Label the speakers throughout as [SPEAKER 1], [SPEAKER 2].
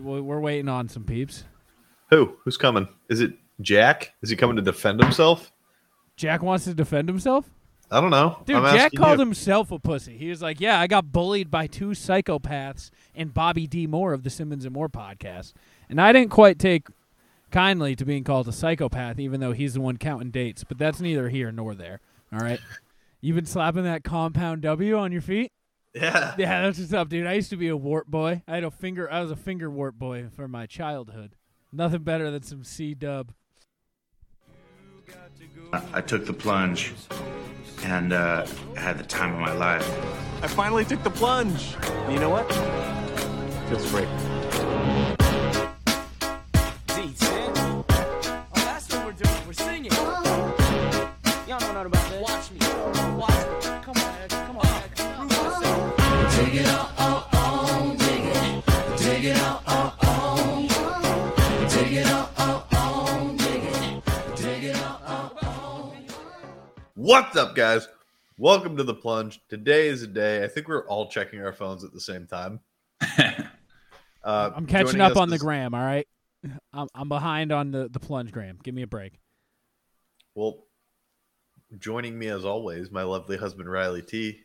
[SPEAKER 1] we- we're waiting on some peeps.
[SPEAKER 2] Who? Who's coming? Is it Jack? Is he coming to defend himself?
[SPEAKER 1] Jack wants to defend himself.
[SPEAKER 2] I don't know.
[SPEAKER 1] Dude,
[SPEAKER 2] I'm
[SPEAKER 1] Jack
[SPEAKER 2] asking
[SPEAKER 1] called
[SPEAKER 2] you.
[SPEAKER 1] himself a pussy. He was like, "Yeah, I got bullied by two psychopaths and Bobby D Moore of the Simmons and Moore podcast, and I didn't quite take kindly to being called a psychopath, even though he's the one counting dates. But that's neither here nor there. All right, you've been slapping that compound W on your feet.
[SPEAKER 2] Yeah.
[SPEAKER 1] Yeah, that's what's up, dude. I used to be a wart boy. I had a finger. I was a finger wart boy for my childhood. Nothing better than some C dub.
[SPEAKER 3] I took the plunge and uh, had the time of my life.
[SPEAKER 4] I finally took the plunge. And you know what? Feels great.
[SPEAKER 5] Oh, that's what we're doing. We're singing. Y'all don't know about this. Watch me. Watch me. Come on, Ed. Come on, Ed. Prove yourself.
[SPEAKER 2] What's up, guys? Welcome to the plunge. Today is a day. I think we're all checking our phones at the same time. Uh,
[SPEAKER 1] I'm catching
[SPEAKER 2] joining
[SPEAKER 1] up
[SPEAKER 2] us
[SPEAKER 1] on the
[SPEAKER 2] this-
[SPEAKER 1] gram. All right, I'm I'm behind on the the plunge gram. Give me a break.
[SPEAKER 2] Well, joining me as always, my lovely husband Riley T.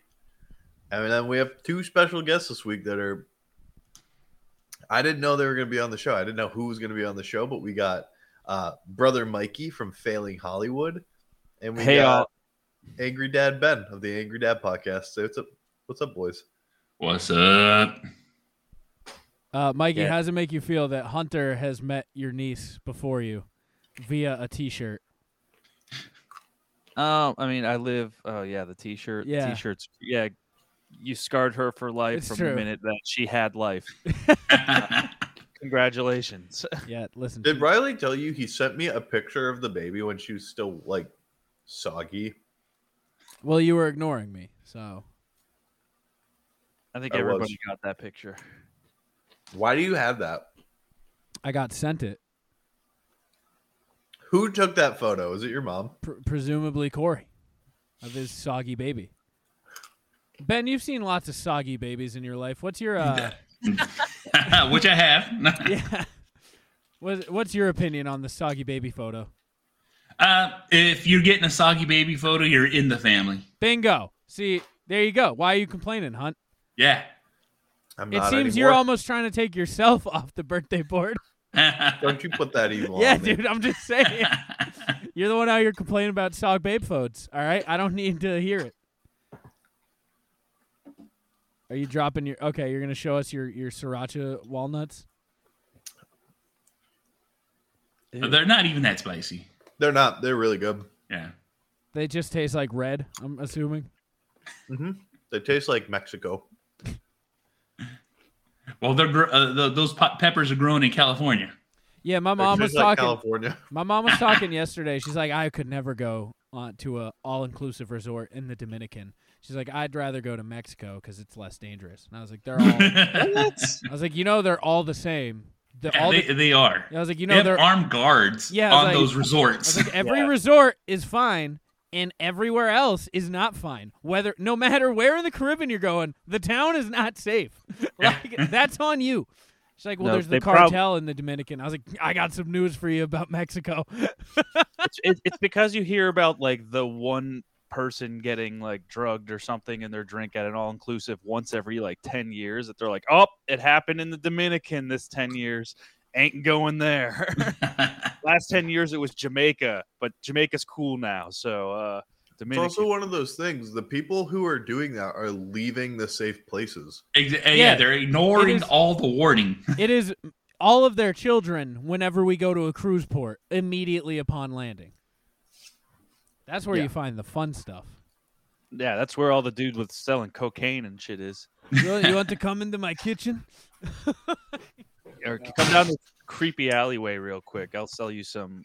[SPEAKER 2] And then we have two special guests this week that are. I didn't know they were going to be on the show. I didn't know who was going to be on the show, but we got uh, brother Mikey from Failing Hollywood, and we
[SPEAKER 6] Hey,
[SPEAKER 2] got
[SPEAKER 6] y'all.
[SPEAKER 2] Angry Dad Ben of the Angry Dad Podcast. So what's up? What's up, boys?
[SPEAKER 6] What's up?
[SPEAKER 1] Uh, Mikey,
[SPEAKER 6] Yeah.
[SPEAKER 1] how does it make you feel that Hunter has met your niece before you via a T-shirt?
[SPEAKER 6] Um, I mean, I live. Oh yeah, the T-shirt. the
[SPEAKER 1] Yeah.
[SPEAKER 6] T-shirts. Yeah, you scarred her for life
[SPEAKER 1] It's
[SPEAKER 6] from
[SPEAKER 1] true.
[SPEAKER 6] the minute that she had life. Congratulations.
[SPEAKER 1] Yeah, listen.
[SPEAKER 2] Did Riley tell you he sent me a picture of the baby when she was still like soggy?
[SPEAKER 1] Well, you were ignoring me, so
[SPEAKER 6] I think
[SPEAKER 2] I was.
[SPEAKER 6] everybody got that picture.
[SPEAKER 2] Why do you have that?
[SPEAKER 1] I got sent it.
[SPEAKER 2] Who took that photo? Is it your mom?
[SPEAKER 1] Pr- presumably Corey, of his soggy baby. Ben, you've seen lots of soggy babies in your life. What's your uh,
[SPEAKER 7] which I have.
[SPEAKER 1] yeah? What, what's your opinion on the soggy baby photo?
[SPEAKER 7] uh, if you're getting a soggy baby photo, you're in the family.
[SPEAKER 1] Bingo. See, there you go. Why are you complaining, Hunt?
[SPEAKER 7] Yeah.
[SPEAKER 2] I'm
[SPEAKER 1] It
[SPEAKER 2] not
[SPEAKER 1] seems you're
[SPEAKER 2] anymore.
[SPEAKER 1] almost trying to take yourself off the birthday board.
[SPEAKER 2] Don't you put that evil
[SPEAKER 1] yeah,
[SPEAKER 2] on me.
[SPEAKER 1] dude, I'm just saying. you're the one out here complaining about sog babe phones. All right, I don't need to hear it. Are you dropping your? Okay, you're gonna show us your your sriracha walnuts.
[SPEAKER 7] They're not even that spicy.
[SPEAKER 2] They're not. They're really good.
[SPEAKER 7] Yeah.
[SPEAKER 1] They just taste like red. I'm assuming.
[SPEAKER 2] They taste like Mexico.
[SPEAKER 7] Well, they're gr- uh, th those po- peppers are grown in California.
[SPEAKER 1] Yeah, my
[SPEAKER 2] They
[SPEAKER 1] mom was
[SPEAKER 2] taste like
[SPEAKER 1] talking.
[SPEAKER 2] California.
[SPEAKER 1] My mom was talking yesterday. She's like, I could never go on to a all inclusive resort in the Dominican. She's like, I'd rather go to Mexico because it's less dangerous. And I was like, they're all. I was like, you know, they're all the same. The,
[SPEAKER 7] Yeah,
[SPEAKER 1] all
[SPEAKER 7] they,
[SPEAKER 1] the,
[SPEAKER 7] they are.
[SPEAKER 1] I was like, you
[SPEAKER 7] they
[SPEAKER 1] know,
[SPEAKER 7] have
[SPEAKER 1] they're. I
[SPEAKER 7] armed guards
[SPEAKER 1] Yeah, I was
[SPEAKER 7] on
[SPEAKER 1] like-
[SPEAKER 7] those
[SPEAKER 1] was
[SPEAKER 7] resorts.
[SPEAKER 1] like, every resort is fine, and everywhere else is not fine. Whether no matter where in the Caribbean you're going, the town is not safe. like that's on you. She's like, well,
[SPEAKER 6] No,
[SPEAKER 1] there's the
[SPEAKER 6] they prob-
[SPEAKER 1] cartel in the Dominican. I was like, I got some news for you about Mexico.
[SPEAKER 6] It's, it, it's because you hear about like the one person getting like drugged or something in their drink at an all-inclusive once every like 10 years that they're like oh it happened in the dominican this 10 years ain't going there
[SPEAKER 7] uh,
[SPEAKER 6] last 10 years it was Jamaica, but Jamaica's cool now. So, uh,
[SPEAKER 2] It's
[SPEAKER 6] Dominican.
[SPEAKER 2] also one of those things. The people who are doing that are leaving the safe places.
[SPEAKER 7] Ex- uh, yeah,
[SPEAKER 1] Yeah.
[SPEAKER 7] they're ignoring
[SPEAKER 1] It is-
[SPEAKER 7] all the warning.
[SPEAKER 1] it is all of their children whenever we go to a cruise port immediately upon landing. That's where
[SPEAKER 6] Yeah.
[SPEAKER 1] you find the fun stuff.
[SPEAKER 6] yeah, that's where all the dude with selling cocaine and shit is.
[SPEAKER 1] You, you want to come into my kitchen?
[SPEAKER 6] Or come down this creepy alleyway real quick. I'll sell you some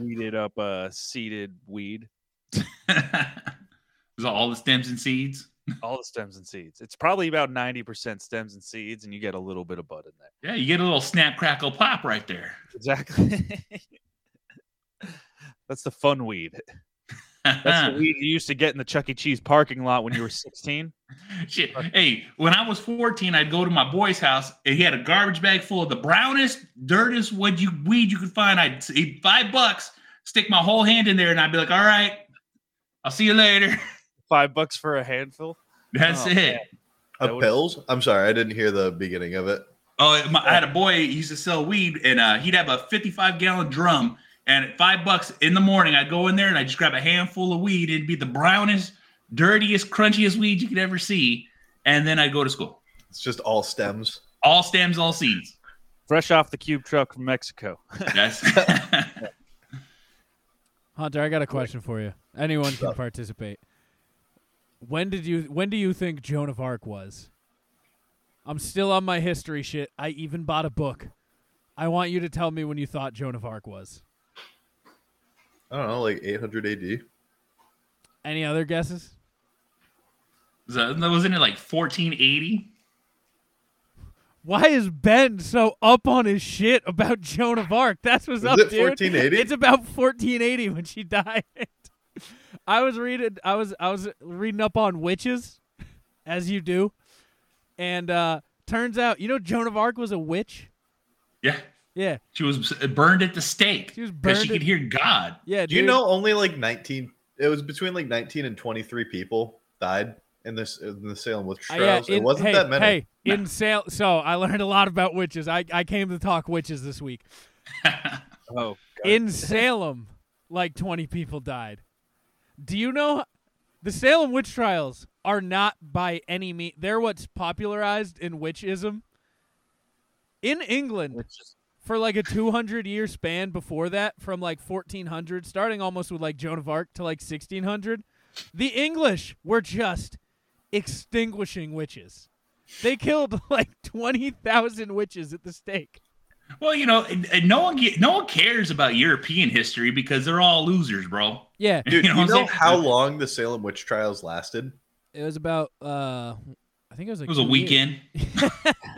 [SPEAKER 6] weeded up, uh, seeded weed,
[SPEAKER 7] There's all the stems and seeds.
[SPEAKER 6] all the stems and seeds. It's probably about 90% stems and seeds, and you get a little bit of bud in there.
[SPEAKER 7] Yeah, you get a little snap, crackle, pop right there.
[SPEAKER 6] Exactly. that's the fun weed. That's the weed you used to get in the Chuck E. Cheese parking lot when you were 16.
[SPEAKER 7] Shit. Hey, when I was 14, I'd go to my boy's house and he had a garbage bag full of the brownest, dirtiest wood you weed you could find. I'd say five bucks, stick my whole hand in there, and I'd be like, all right, I'll see you later.
[SPEAKER 6] Five bucks for a handful.
[SPEAKER 7] That's
[SPEAKER 6] Oh,
[SPEAKER 7] it.
[SPEAKER 6] man. That
[SPEAKER 2] Of
[SPEAKER 6] would-
[SPEAKER 2] pills? I'm sorry, I didn't hear the beginning of it.
[SPEAKER 7] Oh, my, I had a boy he used to sell weed, and uh, he'd have a 55 gallon drum. And at five bucks in the morning, I'd go in there and I'd just grab a handful of weed. It'd be the brownest, dirtiest, crunchiest weed you could ever see. And then I'd go to school.
[SPEAKER 2] It's just all stems.
[SPEAKER 7] All stems, all seeds.
[SPEAKER 6] Fresh off the cube truck from Mexico.
[SPEAKER 7] That's
[SPEAKER 1] Hunter, I got a question for you. Anyone can participate. When did you when do you think Joan of Arc was? I'm still on my history shit. I even bought a book. I want you to tell me when you thought Joan of Arc was.
[SPEAKER 2] I don't know, like 800 AD.
[SPEAKER 1] Any other guesses?
[SPEAKER 7] So, wasn't it like 1480?
[SPEAKER 1] Why is Ben so up on his shit about Joan of Arc? That's what's
[SPEAKER 2] Is
[SPEAKER 1] up,
[SPEAKER 2] it
[SPEAKER 1] dude.
[SPEAKER 2] 1480?
[SPEAKER 1] It's about 1480 when she died. I was reading. I was I was reading up on witches, as you do, and uh, turns out you know Joan of Arc was a witch.
[SPEAKER 7] Yeah.
[SPEAKER 1] Yeah,
[SPEAKER 7] She was uh, burned at the stake
[SPEAKER 1] She was
[SPEAKER 7] because she
[SPEAKER 1] burned at-
[SPEAKER 7] could hear God.
[SPEAKER 1] yeah.
[SPEAKER 2] Do you
[SPEAKER 1] dude.
[SPEAKER 2] know only like 19? It was between like 19 and 23 people died in this in the Salem witch
[SPEAKER 1] Uh,
[SPEAKER 2] trials.
[SPEAKER 1] yeah,
[SPEAKER 2] it
[SPEAKER 1] in-
[SPEAKER 2] wasn't
[SPEAKER 1] hey,
[SPEAKER 2] that many.
[SPEAKER 1] Hey, in sale. So I learned a lot about witches. I I came to talk witches this week.
[SPEAKER 6] Oh,
[SPEAKER 1] in Salem, like 20 people died. Do you know the Salem witch trials are not by any means they're what's popularized in witchism. In England, for like a 200 year span before that from like 1400 starting almost with like Joan of Arc to like 1600, the English were just extinguishing witches. They killed like 20,000 witches at the stake.
[SPEAKER 7] Well, you know, and- and no one get, no one cares about European history because they're all losers, bro.
[SPEAKER 1] Yeah,
[SPEAKER 2] Dude, you
[SPEAKER 7] You know
[SPEAKER 2] know,
[SPEAKER 7] what I'm saying?
[SPEAKER 2] how long the Salem witch trials lasted?
[SPEAKER 1] it was about uh I think it was like
[SPEAKER 7] It was a
[SPEAKER 1] two years.
[SPEAKER 7] weekend.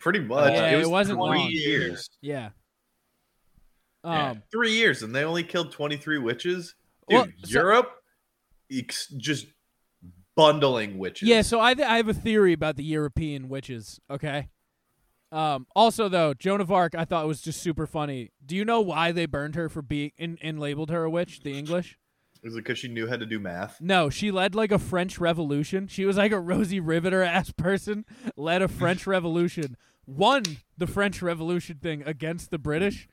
[SPEAKER 2] Pretty much.
[SPEAKER 1] Uh, Yeah,
[SPEAKER 2] was
[SPEAKER 1] it wasn't
[SPEAKER 2] three
[SPEAKER 1] long.
[SPEAKER 2] years.
[SPEAKER 1] Yeah.
[SPEAKER 7] Yeah.
[SPEAKER 1] Um,
[SPEAKER 2] Three years, and they only killed 23 witches. Dude,
[SPEAKER 1] Well, so-
[SPEAKER 2] Europe ex- just bundling witches.
[SPEAKER 1] yeah, so I, th- I have a theory about the European witches, okay? Um, also, though, Joan of Arc I thought was just super funny. Do you know why they burned her for being and, and labeled her a witch, the English?
[SPEAKER 2] Is it because she knew how to do math?
[SPEAKER 1] No, she led like a French revolution. She was like a Rosie Riveter ass person, led a French revolution, won the French Revolution thing against the British,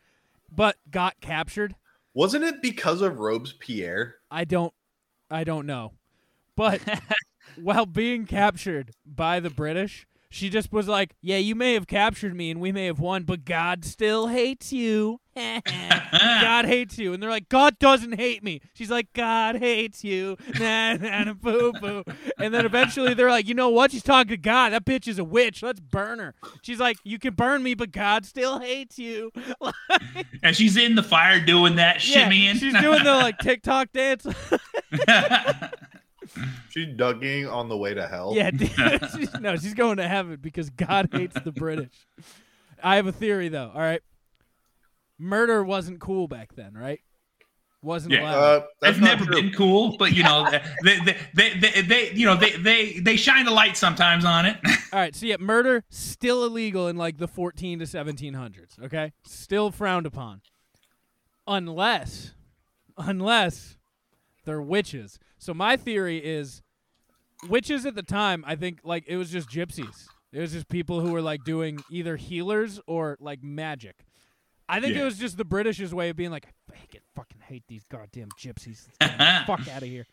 [SPEAKER 1] but got captured.
[SPEAKER 2] Wasn't it because of Robespierre?
[SPEAKER 1] I don't I don't know. But while being captured by the British, she just was like, "Yeah, you may have captured me and we may have won, but God still hates you. God hates you." And they're like, "God doesn't hate me." She's like, "God hates you." Nah, nah, nah, boo boo. And then eventually they're like, "You know what? She's talking to God. That bitch is a witch. Let's burn her." She's like, "You can burn me, but God still hates you."
[SPEAKER 7] And she's in the fire doing that
[SPEAKER 1] yeah,
[SPEAKER 7] shimmying.
[SPEAKER 1] she's doing the like TikTok dance.
[SPEAKER 2] She dugging on the way to hell.
[SPEAKER 1] Yeah, dude, she's, no, she's going to heaven because God hates the British. I have a theory though. All right, murder wasn't cool back then, right? Wasn't
[SPEAKER 7] Yeah.
[SPEAKER 1] allowed.
[SPEAKER 2] Uh, that's
[SPEAKER 7] That's
[SPEAKER 2] not
[SPEAKER 7] never
[SPEAKER 2] true.
[SPEAKER 7] been cool, but you know, they, they, they, they, they, you know, they, they, they shine a light sometimes on it.
[SPEAKER 1] All right, so yeah, murder still illegal in like the 14 to 1700s. Okay, still frowned upon, unless, unless they're witches. So my theory is, witches at the time, I think like it was just gypsies. It was just people who were like doing either healers or like magic. I think it
[SPEAKER 7] Yeah.
[SPEAKER 1] was just the British's way of being like, I fucking- fucking hate these goddamn gypsies. Let's get the fuck out of here.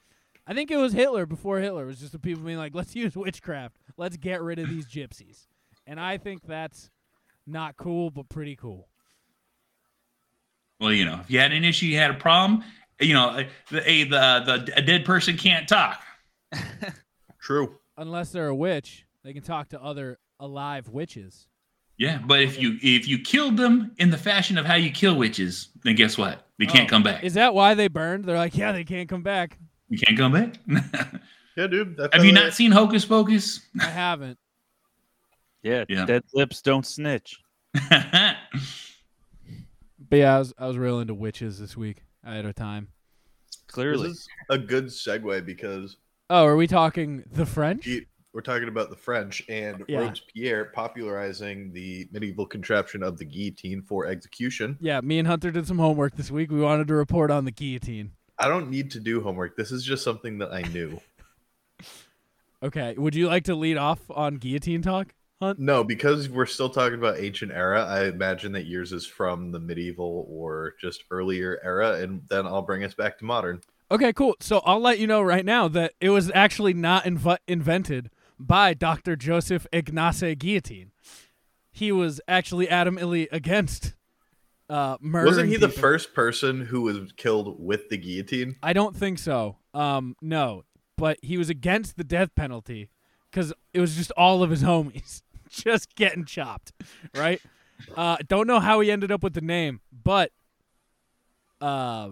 [SPEAKER 1] I think it was Hitler before Hitler. It was just the people being like, let's use witchcraft. Let's get rid of these gypsies. And I think that's not cool, but pretty cool.
[SPEAKER 7] well, you know, if you had an issue, you had a problem. You know, the, a, the, the a dead person can't talk.
[SPEAKER 2] True.
[SPEAKER 1] Unless they're a witch, they can talk to other alive witches.
[SPEAKER 7] Yeah, but if you if you killed them in the fashion of how you kill witches, then guess what? They can't
[SPEAKER 1] Oh.
[SPEAKER 7] come back.
[SPEAKER 1] Is that why they burned? They're like, yeah, they can't come back.
[SPEAKER 7] You can't come back.
[SPEAKER 2] Yeah, dude. That's
[SPEAKER 7] Have
[SPEAKER 2] how
[SPEAKER 7] you
[SPEAKER 2] they-
[SPEAKER 7] not seen Hocus Pocus?
[SPEAKER 1] I haven't.
[SPEAKER 6] Yeah,
[SPEAKER 7] Yeah.
[SPEAKER 6] dead lips don't snitch.
[SPEAKER 1] But yeah, I was, I was real into witches this week. I had a time.
[SPEAKER 6] Clearly,
[SPEAKER 2] This is a good segue because
[SPEAKER 1] Oh, are we talking the French?
[SPEAKER 2] G- we're talking about the French and
[SPEAKER 1] Yeah.
[SPEAKER 2] Robespierre popularizing the medieval contraption of the guillotine for execution.
[SPEAKER 1] Yeah, me and Hunter did some homework this week. We wanted to report on the guillotine.
[SPEAKER 2] I don't need to do homework. This is just something that I knew.
[SPEAKER 1] Okay, would you like to lead off on guillotine talk, Hunt?
[SPEAKER 2] No, because we're still talking about ancient era, I imagine that yours is from the medieval or just earlier era, and then I'll bring us back to modern.
[SPEAKER 1] Okay, cool. So I'll let you know right now that it was actually not inv- invented by Dr. Joseph Ignace Guillotine. He was actually adamantly against uh, murder.
[SPEAKER 2] Wasn't he the first person who was killed with the guillotine?
[SPEAKER 1] I don't think so. Um, no, but he was against the death penalty because it was just all of his homies just getting chopped, right? Uh, don't know how he ended up with the name, but uh,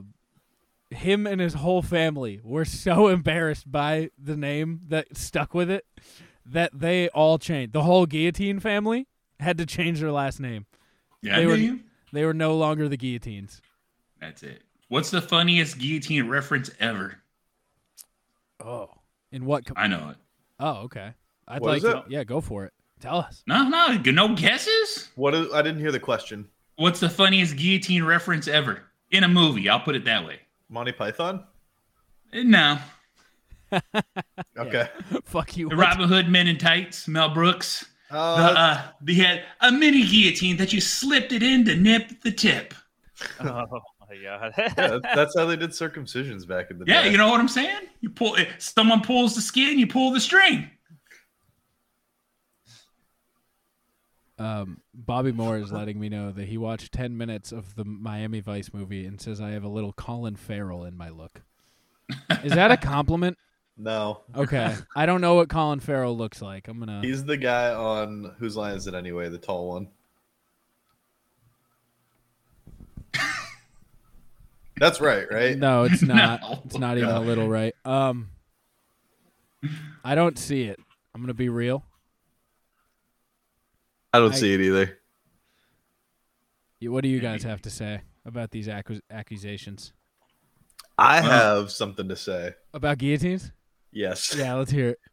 [SPEAKER 1] him and his whole family were so embarrassed by the name that stuck with it that they all changed. The whole guillotine family had to change their last name.
[SPEAKER 7] Yeah,
[SPEAKER 1] They
[SPEAKER 7] I knew
[SPEAKER 1] were-
[SPEAKER 7] you.
[SPEAKER 1] They were no longer the guillotines.
[SPEAKER 7] That's it. What's the funniest guillotine reference ever?
[SPEAKER 1] Oh, in what? Com-
[SPEAKER 7] I know it.
[SPEAKER 1] Oh, okay. I'd
[SPEAKER 2] What
[SPEAKER 1] like
[SPEAKER 2] is
[SPEAKER 1] to,
[SPEAKER 2] it?
[SPEAKER 1] yeah, go for it. Tell us.
[SPEAKER 7] No, no, no guesses.
[SPEAKER 2] What is, I didn't hear the question.
[SPEAKER 7] What's the funniest guillotine reference ever in a movie? I'll put it that way.
[SPEAKER 2] Monty Python?
[SPEAKER 7] Eh, No,
[SPEAKER 2] Okay.
[SPEAKER 1] Fuck you.
[SPEAKER 7] the Robin Hood Men in Tights, Mel Brooks.
[SPEAKER 2] Uh,
[SPEAKER 7] The, uh, they had a mini guillotine that you slipped it in to nip the tip.
[SPEAKER 6] oh my god.
[SPEAKER 2] yeah, that's how they did circumcisions back in the
[SPEAKER 7] Yeah,
[SPEAKER 2] day.
[SPEAKER 7] you know what I'm saying? You pull it. Someone pulls the skin, you pull the string.
[SPEAKER 1] Um, Bobby Moore is letting me know that he watched 10 minutes of the Miami Vice movie and says I have a little Colin Farrell in my look. Is that a compliment?
[SPEAKER 2] No,
[SPEAKER 1] Okay. I don't know what Colin Farrell looks like. I'm going to
[SPEAKER 2] he's the guy on Whose Line Is It Anyway? The tall one. That's right, right?
[SPEAKER 1] No, it's not.
[SPEAKER 7] No.
[SPEAKER 1] It's not even a little right. Um I don't see it. I'm going to be real.
[SPEAKER 2] I don't
[SPEAKER 1] I-
[SPEAKER 2] see it either.
[SPEAKER 1] You- What do you guys have to say about these accus- accusations?
[SPEAKER 2] I
[SPEAKER 1] Uh-huh.
[SPEAKER 7] Well-
[SPEAKER 2] have something to say.
[SPEAKER 1] About guillotines?
[SPEAKER 2] Yes.
[SPEAKER 1] Yeah, let's hear it.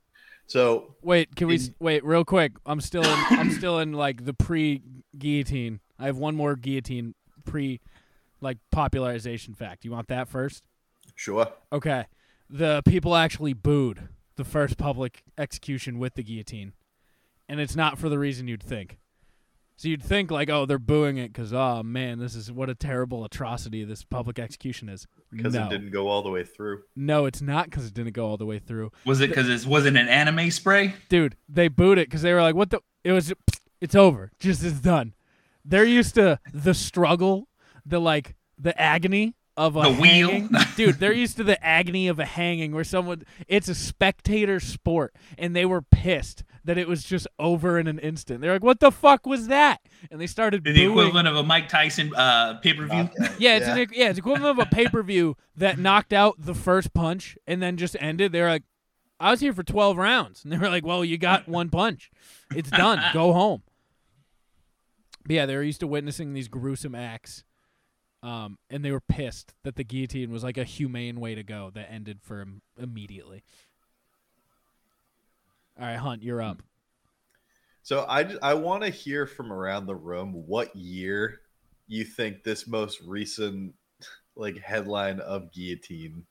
[SPEAKER 2] So
[SPEAKER 1] Wait, can we
[SPEAKER 2] In-
[SPEAKER 1] s wait real quick? I'm still in, I'm still in like the pre guillotine. I have one more guillotine pre like popularization fact. You want that first?
[SPEAKER 2] sure.
[SPEAKER 1] Okay. The people actually booed the first public execution with the guillotine. And it's not for the reason you'd think. So you'd think like, oh, they're booing it cuz oh man, this is what a terrible atrocity this public execution is.
[SPEAKER 2] Because
[SPEAKER 1] No.
[SPEAKER 2] it didn't go all the way through.
[SPEAKER 1] no, it's not cuz it didn't go all the way through.
[SPEAKER 7] Was it because it wasn't an anime spray?
[SPEAKER 1] dude, they booed it because they were like, "What the? It was, it's over. Just it's done." They're used to the struggle, the like, the agony of a
[SPEAKER 7] The wheel.
[SPEAKER 1] hanging. dude. They're used to the agony of a hanging where someone. It's a spectator sport, and they were pissed that it was just over in an instant. They're like, "What the fuck was that?" And they started
[SPEAKER 7] The
[SPEAKER 1] booing.
[SPEAKER 7] equivalent of a Mike Tyson uh, pay per view.
[SPEAKER 1] Yeah, it's
[SPEAKER 2] Yeah.
[SPEAKER 1] An, yeah, it's equivalent of a pay per view that knocked out the first punch and then just ended. They're like, I was here for twelve rounds, and they were like, Well, you got one punch, it's done. Go home. But yeah, they were used to witnessing these gruesome acts, um, and they were pissed that the guillotine was like a humane way to go that ended for 'em immediately. All right, Hunt, you're up.
[SPEAKER 2] So I ju- I want to hear from around the room what year you think this most recent like headline of guillotine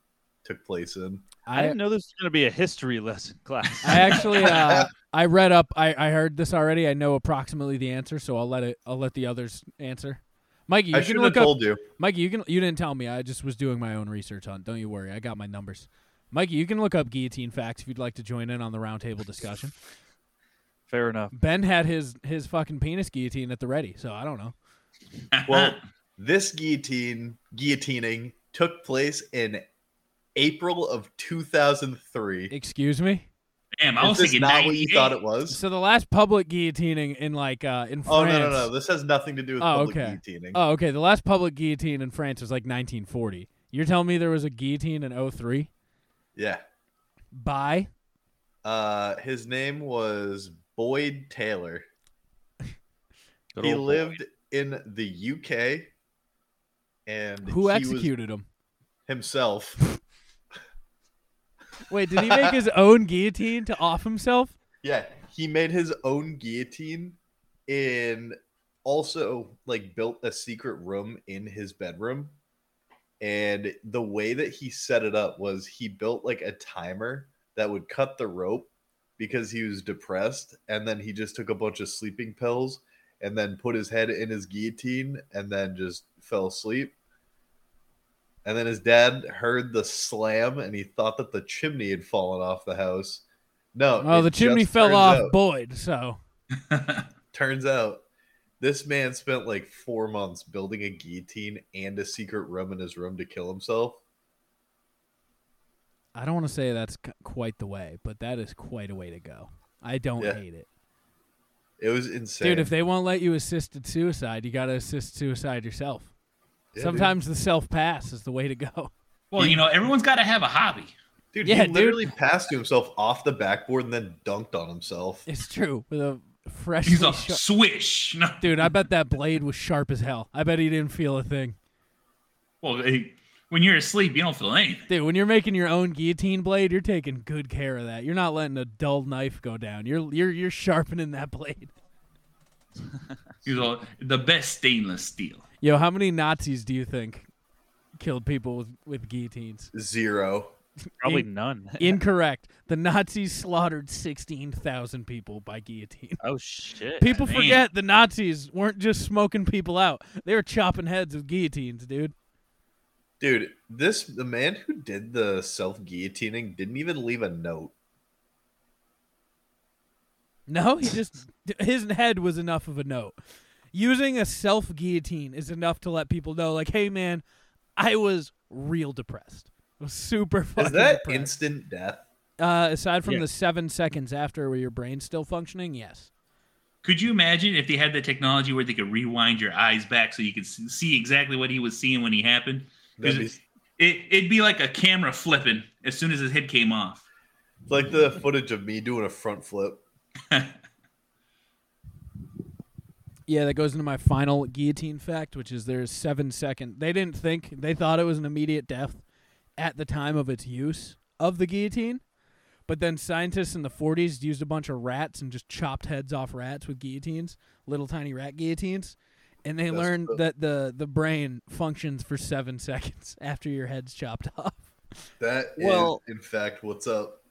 [SPEAKER 2] took place in.
[SPEAKER 6] I
[SPEAKER 1] I
[SPEAKER 6] didn't know this was going to be a history lesson class.
[SPEAKER 1] I actually uh, I read up. I, I heard this already. I know approximately the answer, so I'll let it. I'll let the others answer. Mikey, you
[SPEAKER 2] I
[SPEAKER 1] can
[SPEAKER 2] should have
[SPEAKER 1] look up.
[SPEAKER 2] told you.
[SPEAKER 1] Mikey, you can. You didn't tell me. I just was doing my own research on. Don't you worry. I got my numbers. Mikey, you can look up guillotine facts if you'd like to join in on the roundtable discussion.
[SPEAKER 6] Fair enough.
[SPEAKER 1] Ben had his his fucking penis guillotine at the ready, so I don't know. Uh-huh.
[SPEAKER 2] Well, this guillotine guillotining took place in April of 2003.
[SPEAKER 1] Excuse me.
[SPEAKER 7] Damn, I
[SPEAKER 2] Is
[SPEAKER 7] was
[SPEAKER 2] this
[SPEAKER 7] thinking
[SPEAKER 2] not what you
[SPEAKER 7] 98.
[SPEAKER 2] thought it was?
[SPEAKER 1] So the last public guillotining in like uh, in France.
[SPEAKER 2] Oh no no no! This has nothing to do with
[SPEAKER 1] Oh,
[SPEAKER 2] public
[SPEAKER 1] okay.
[SPEAKER 2] guillotining.
[SPEAKER 1] Oh, okay. The last public guillotine in France was like 1940. You're telling me there was a guillotine in 03
[SPEAKER 2] Yeah.
[SPEAKER 1] by
[SPEAKER 2] Uh, his name was Boyd Taylor.
[SPEAKER 6] Good
[SPEAKER 2] he
[SPEAKER 6] old boy.
[SPEAKER 2] lived in the UK, and
[SPEAKER 1] Who
[SPEAKER 2] he was
[SPEAKER 1] executed him?
[SPEAKER 2] himself.
[SPEAKER 1] Wait, did he make his own guillotine to off himself?
[SPEAKER 2] Yeah, he made his own guillotine and also like built a secret room in his bedroom. And the way that he set it up was he built like a timer that would cut the rope because he was depressed and then he just took a bunch of sleeping pills and then put his head in his guillotine and then just fell asleep. And then his dad heard the slam and he thought that the chimney had fallen off the house. No,
[SPEAKER 1] Oh,
[SPEAKER 2] it
[SPEAKER 1] the chimney
[SPEAKER 2] just
[SPEAKER 1] fell
[SPEAKER 2] turns
[SPEAKER 1] off
[SPEAKER 2] out-
[SPEAKER 1] Boyd, so
[SPEAKER 2] turns out this man spent like four months building a guillotine and a secret room in his room to kill himself.
[SPEAKER 1] I don't want to say that's c- quite the way, but that is quite a way to go. I don't
[SPEAKER 2] Yeah.
[SPEAKER 1] hate it.
[SPEAKER 2] It was insane.
[SPEAKER 1] Dude, if they won't let you assisted suicide, you got to assist suicide yourself.
[SPEAKER 2] Yeah, dude.
[SPEAKER 1] Sometimes the self pass is the way to go.
[SPEAKER 7] Well, you know, everyone's got to have a hobby.
[SPEAKER 2] dude,
[SPEAKER 1] yeah,
[SPEAKER 2] he
[SPEAKER 1] dude.
[SPEAKER 2] literally passed to himself off the backboard and then dunked on himself.
[SPEAKER 1] It's true. With a freshly
[SPEAKER 7] He's a
[SPEAKER 1] sharp-
[SPEAKER 7] swish. No.
[SPEAKER 1] Dude, I bet that blade was sharp as hell. I bet he didn't feel a thing.
[SPEAKER 7] Well, hey, when you're asleep, you don't feel anything.
[SPEAKER 1] Dude, when you're making your own guillotine blade, you're taking good care of that. You're not letting a dull knife go down. You're you're you're sharpening that blade.
[SPEAKER 7] He's all, the best stainless steel.
[SPEAKER 1] Yo, how many Nazis do you think killed people with, with guillotines?
[SPEAKER 2] Zero.
[SPEAKER 6] Probably
[SPEAKER 1] In-
[SPEAKER 6] none.
[SPEAKER 1] Incorrect. The Nazis slaughtered 16,000 people by guillotine.
[SPEAKER 6] oh shit.
[SPEAKER 1] People
[SPEAKER 7] Man.
[SPEAKER 1] forget the Nazis weren't just smoking people out. They were chopping heads with guillotines, dude.
[SPEAKER 2] Dude, this the man who did the self guillotining didn't even leave a note.
[SPEAKER 1] No, he just his head was enough of a note. Using a self guillotine is enough to let people know, like, hey man, I was real depressed. I was super fucking
[SPEAKER 2] Is that
[SPEAKER 1] depressed.
[SPEAKER 2] instant death?
[SPEAKER 1] uh, aside from
[SPEAKER 6] Yeah.
[SPEAKER 1] the seven seconds after where your brain's still functioning, yes.
[SPEAKER 7] Could you imagine if they had the technology where they could rewind your eyes back so you could s- see exactly what he was seeing when he happened? 'Cause
[SPEAKER 2] That'd be-
[SPEAKER 7] it, it, it'd be like a camera flipping as soon as his head came off.
[SPEAKER 2] It's like the footage of me doing a front flip.
[SPEAKER 1] Yeah, that goes into my final guillotine fact, which is there's seven second. They didn't think they thought it was an immediate death at the time of its use of the guillotine, but then scientists in the 40s used a bunch of rats and just chopped heads off rats with guillotines, little tiny rat guillotines, and they
[SPEAKER 2] That's
[SPEAKER 1] learned
[SPEAKER 2] cool.
[SPEAKER 1] that the the brain functions for seven seconds after your head's chopped off.
[SPEAKER 2] That is,
[SPEAKER 6] Well-
[SPEAKER 2] in fact, what's up.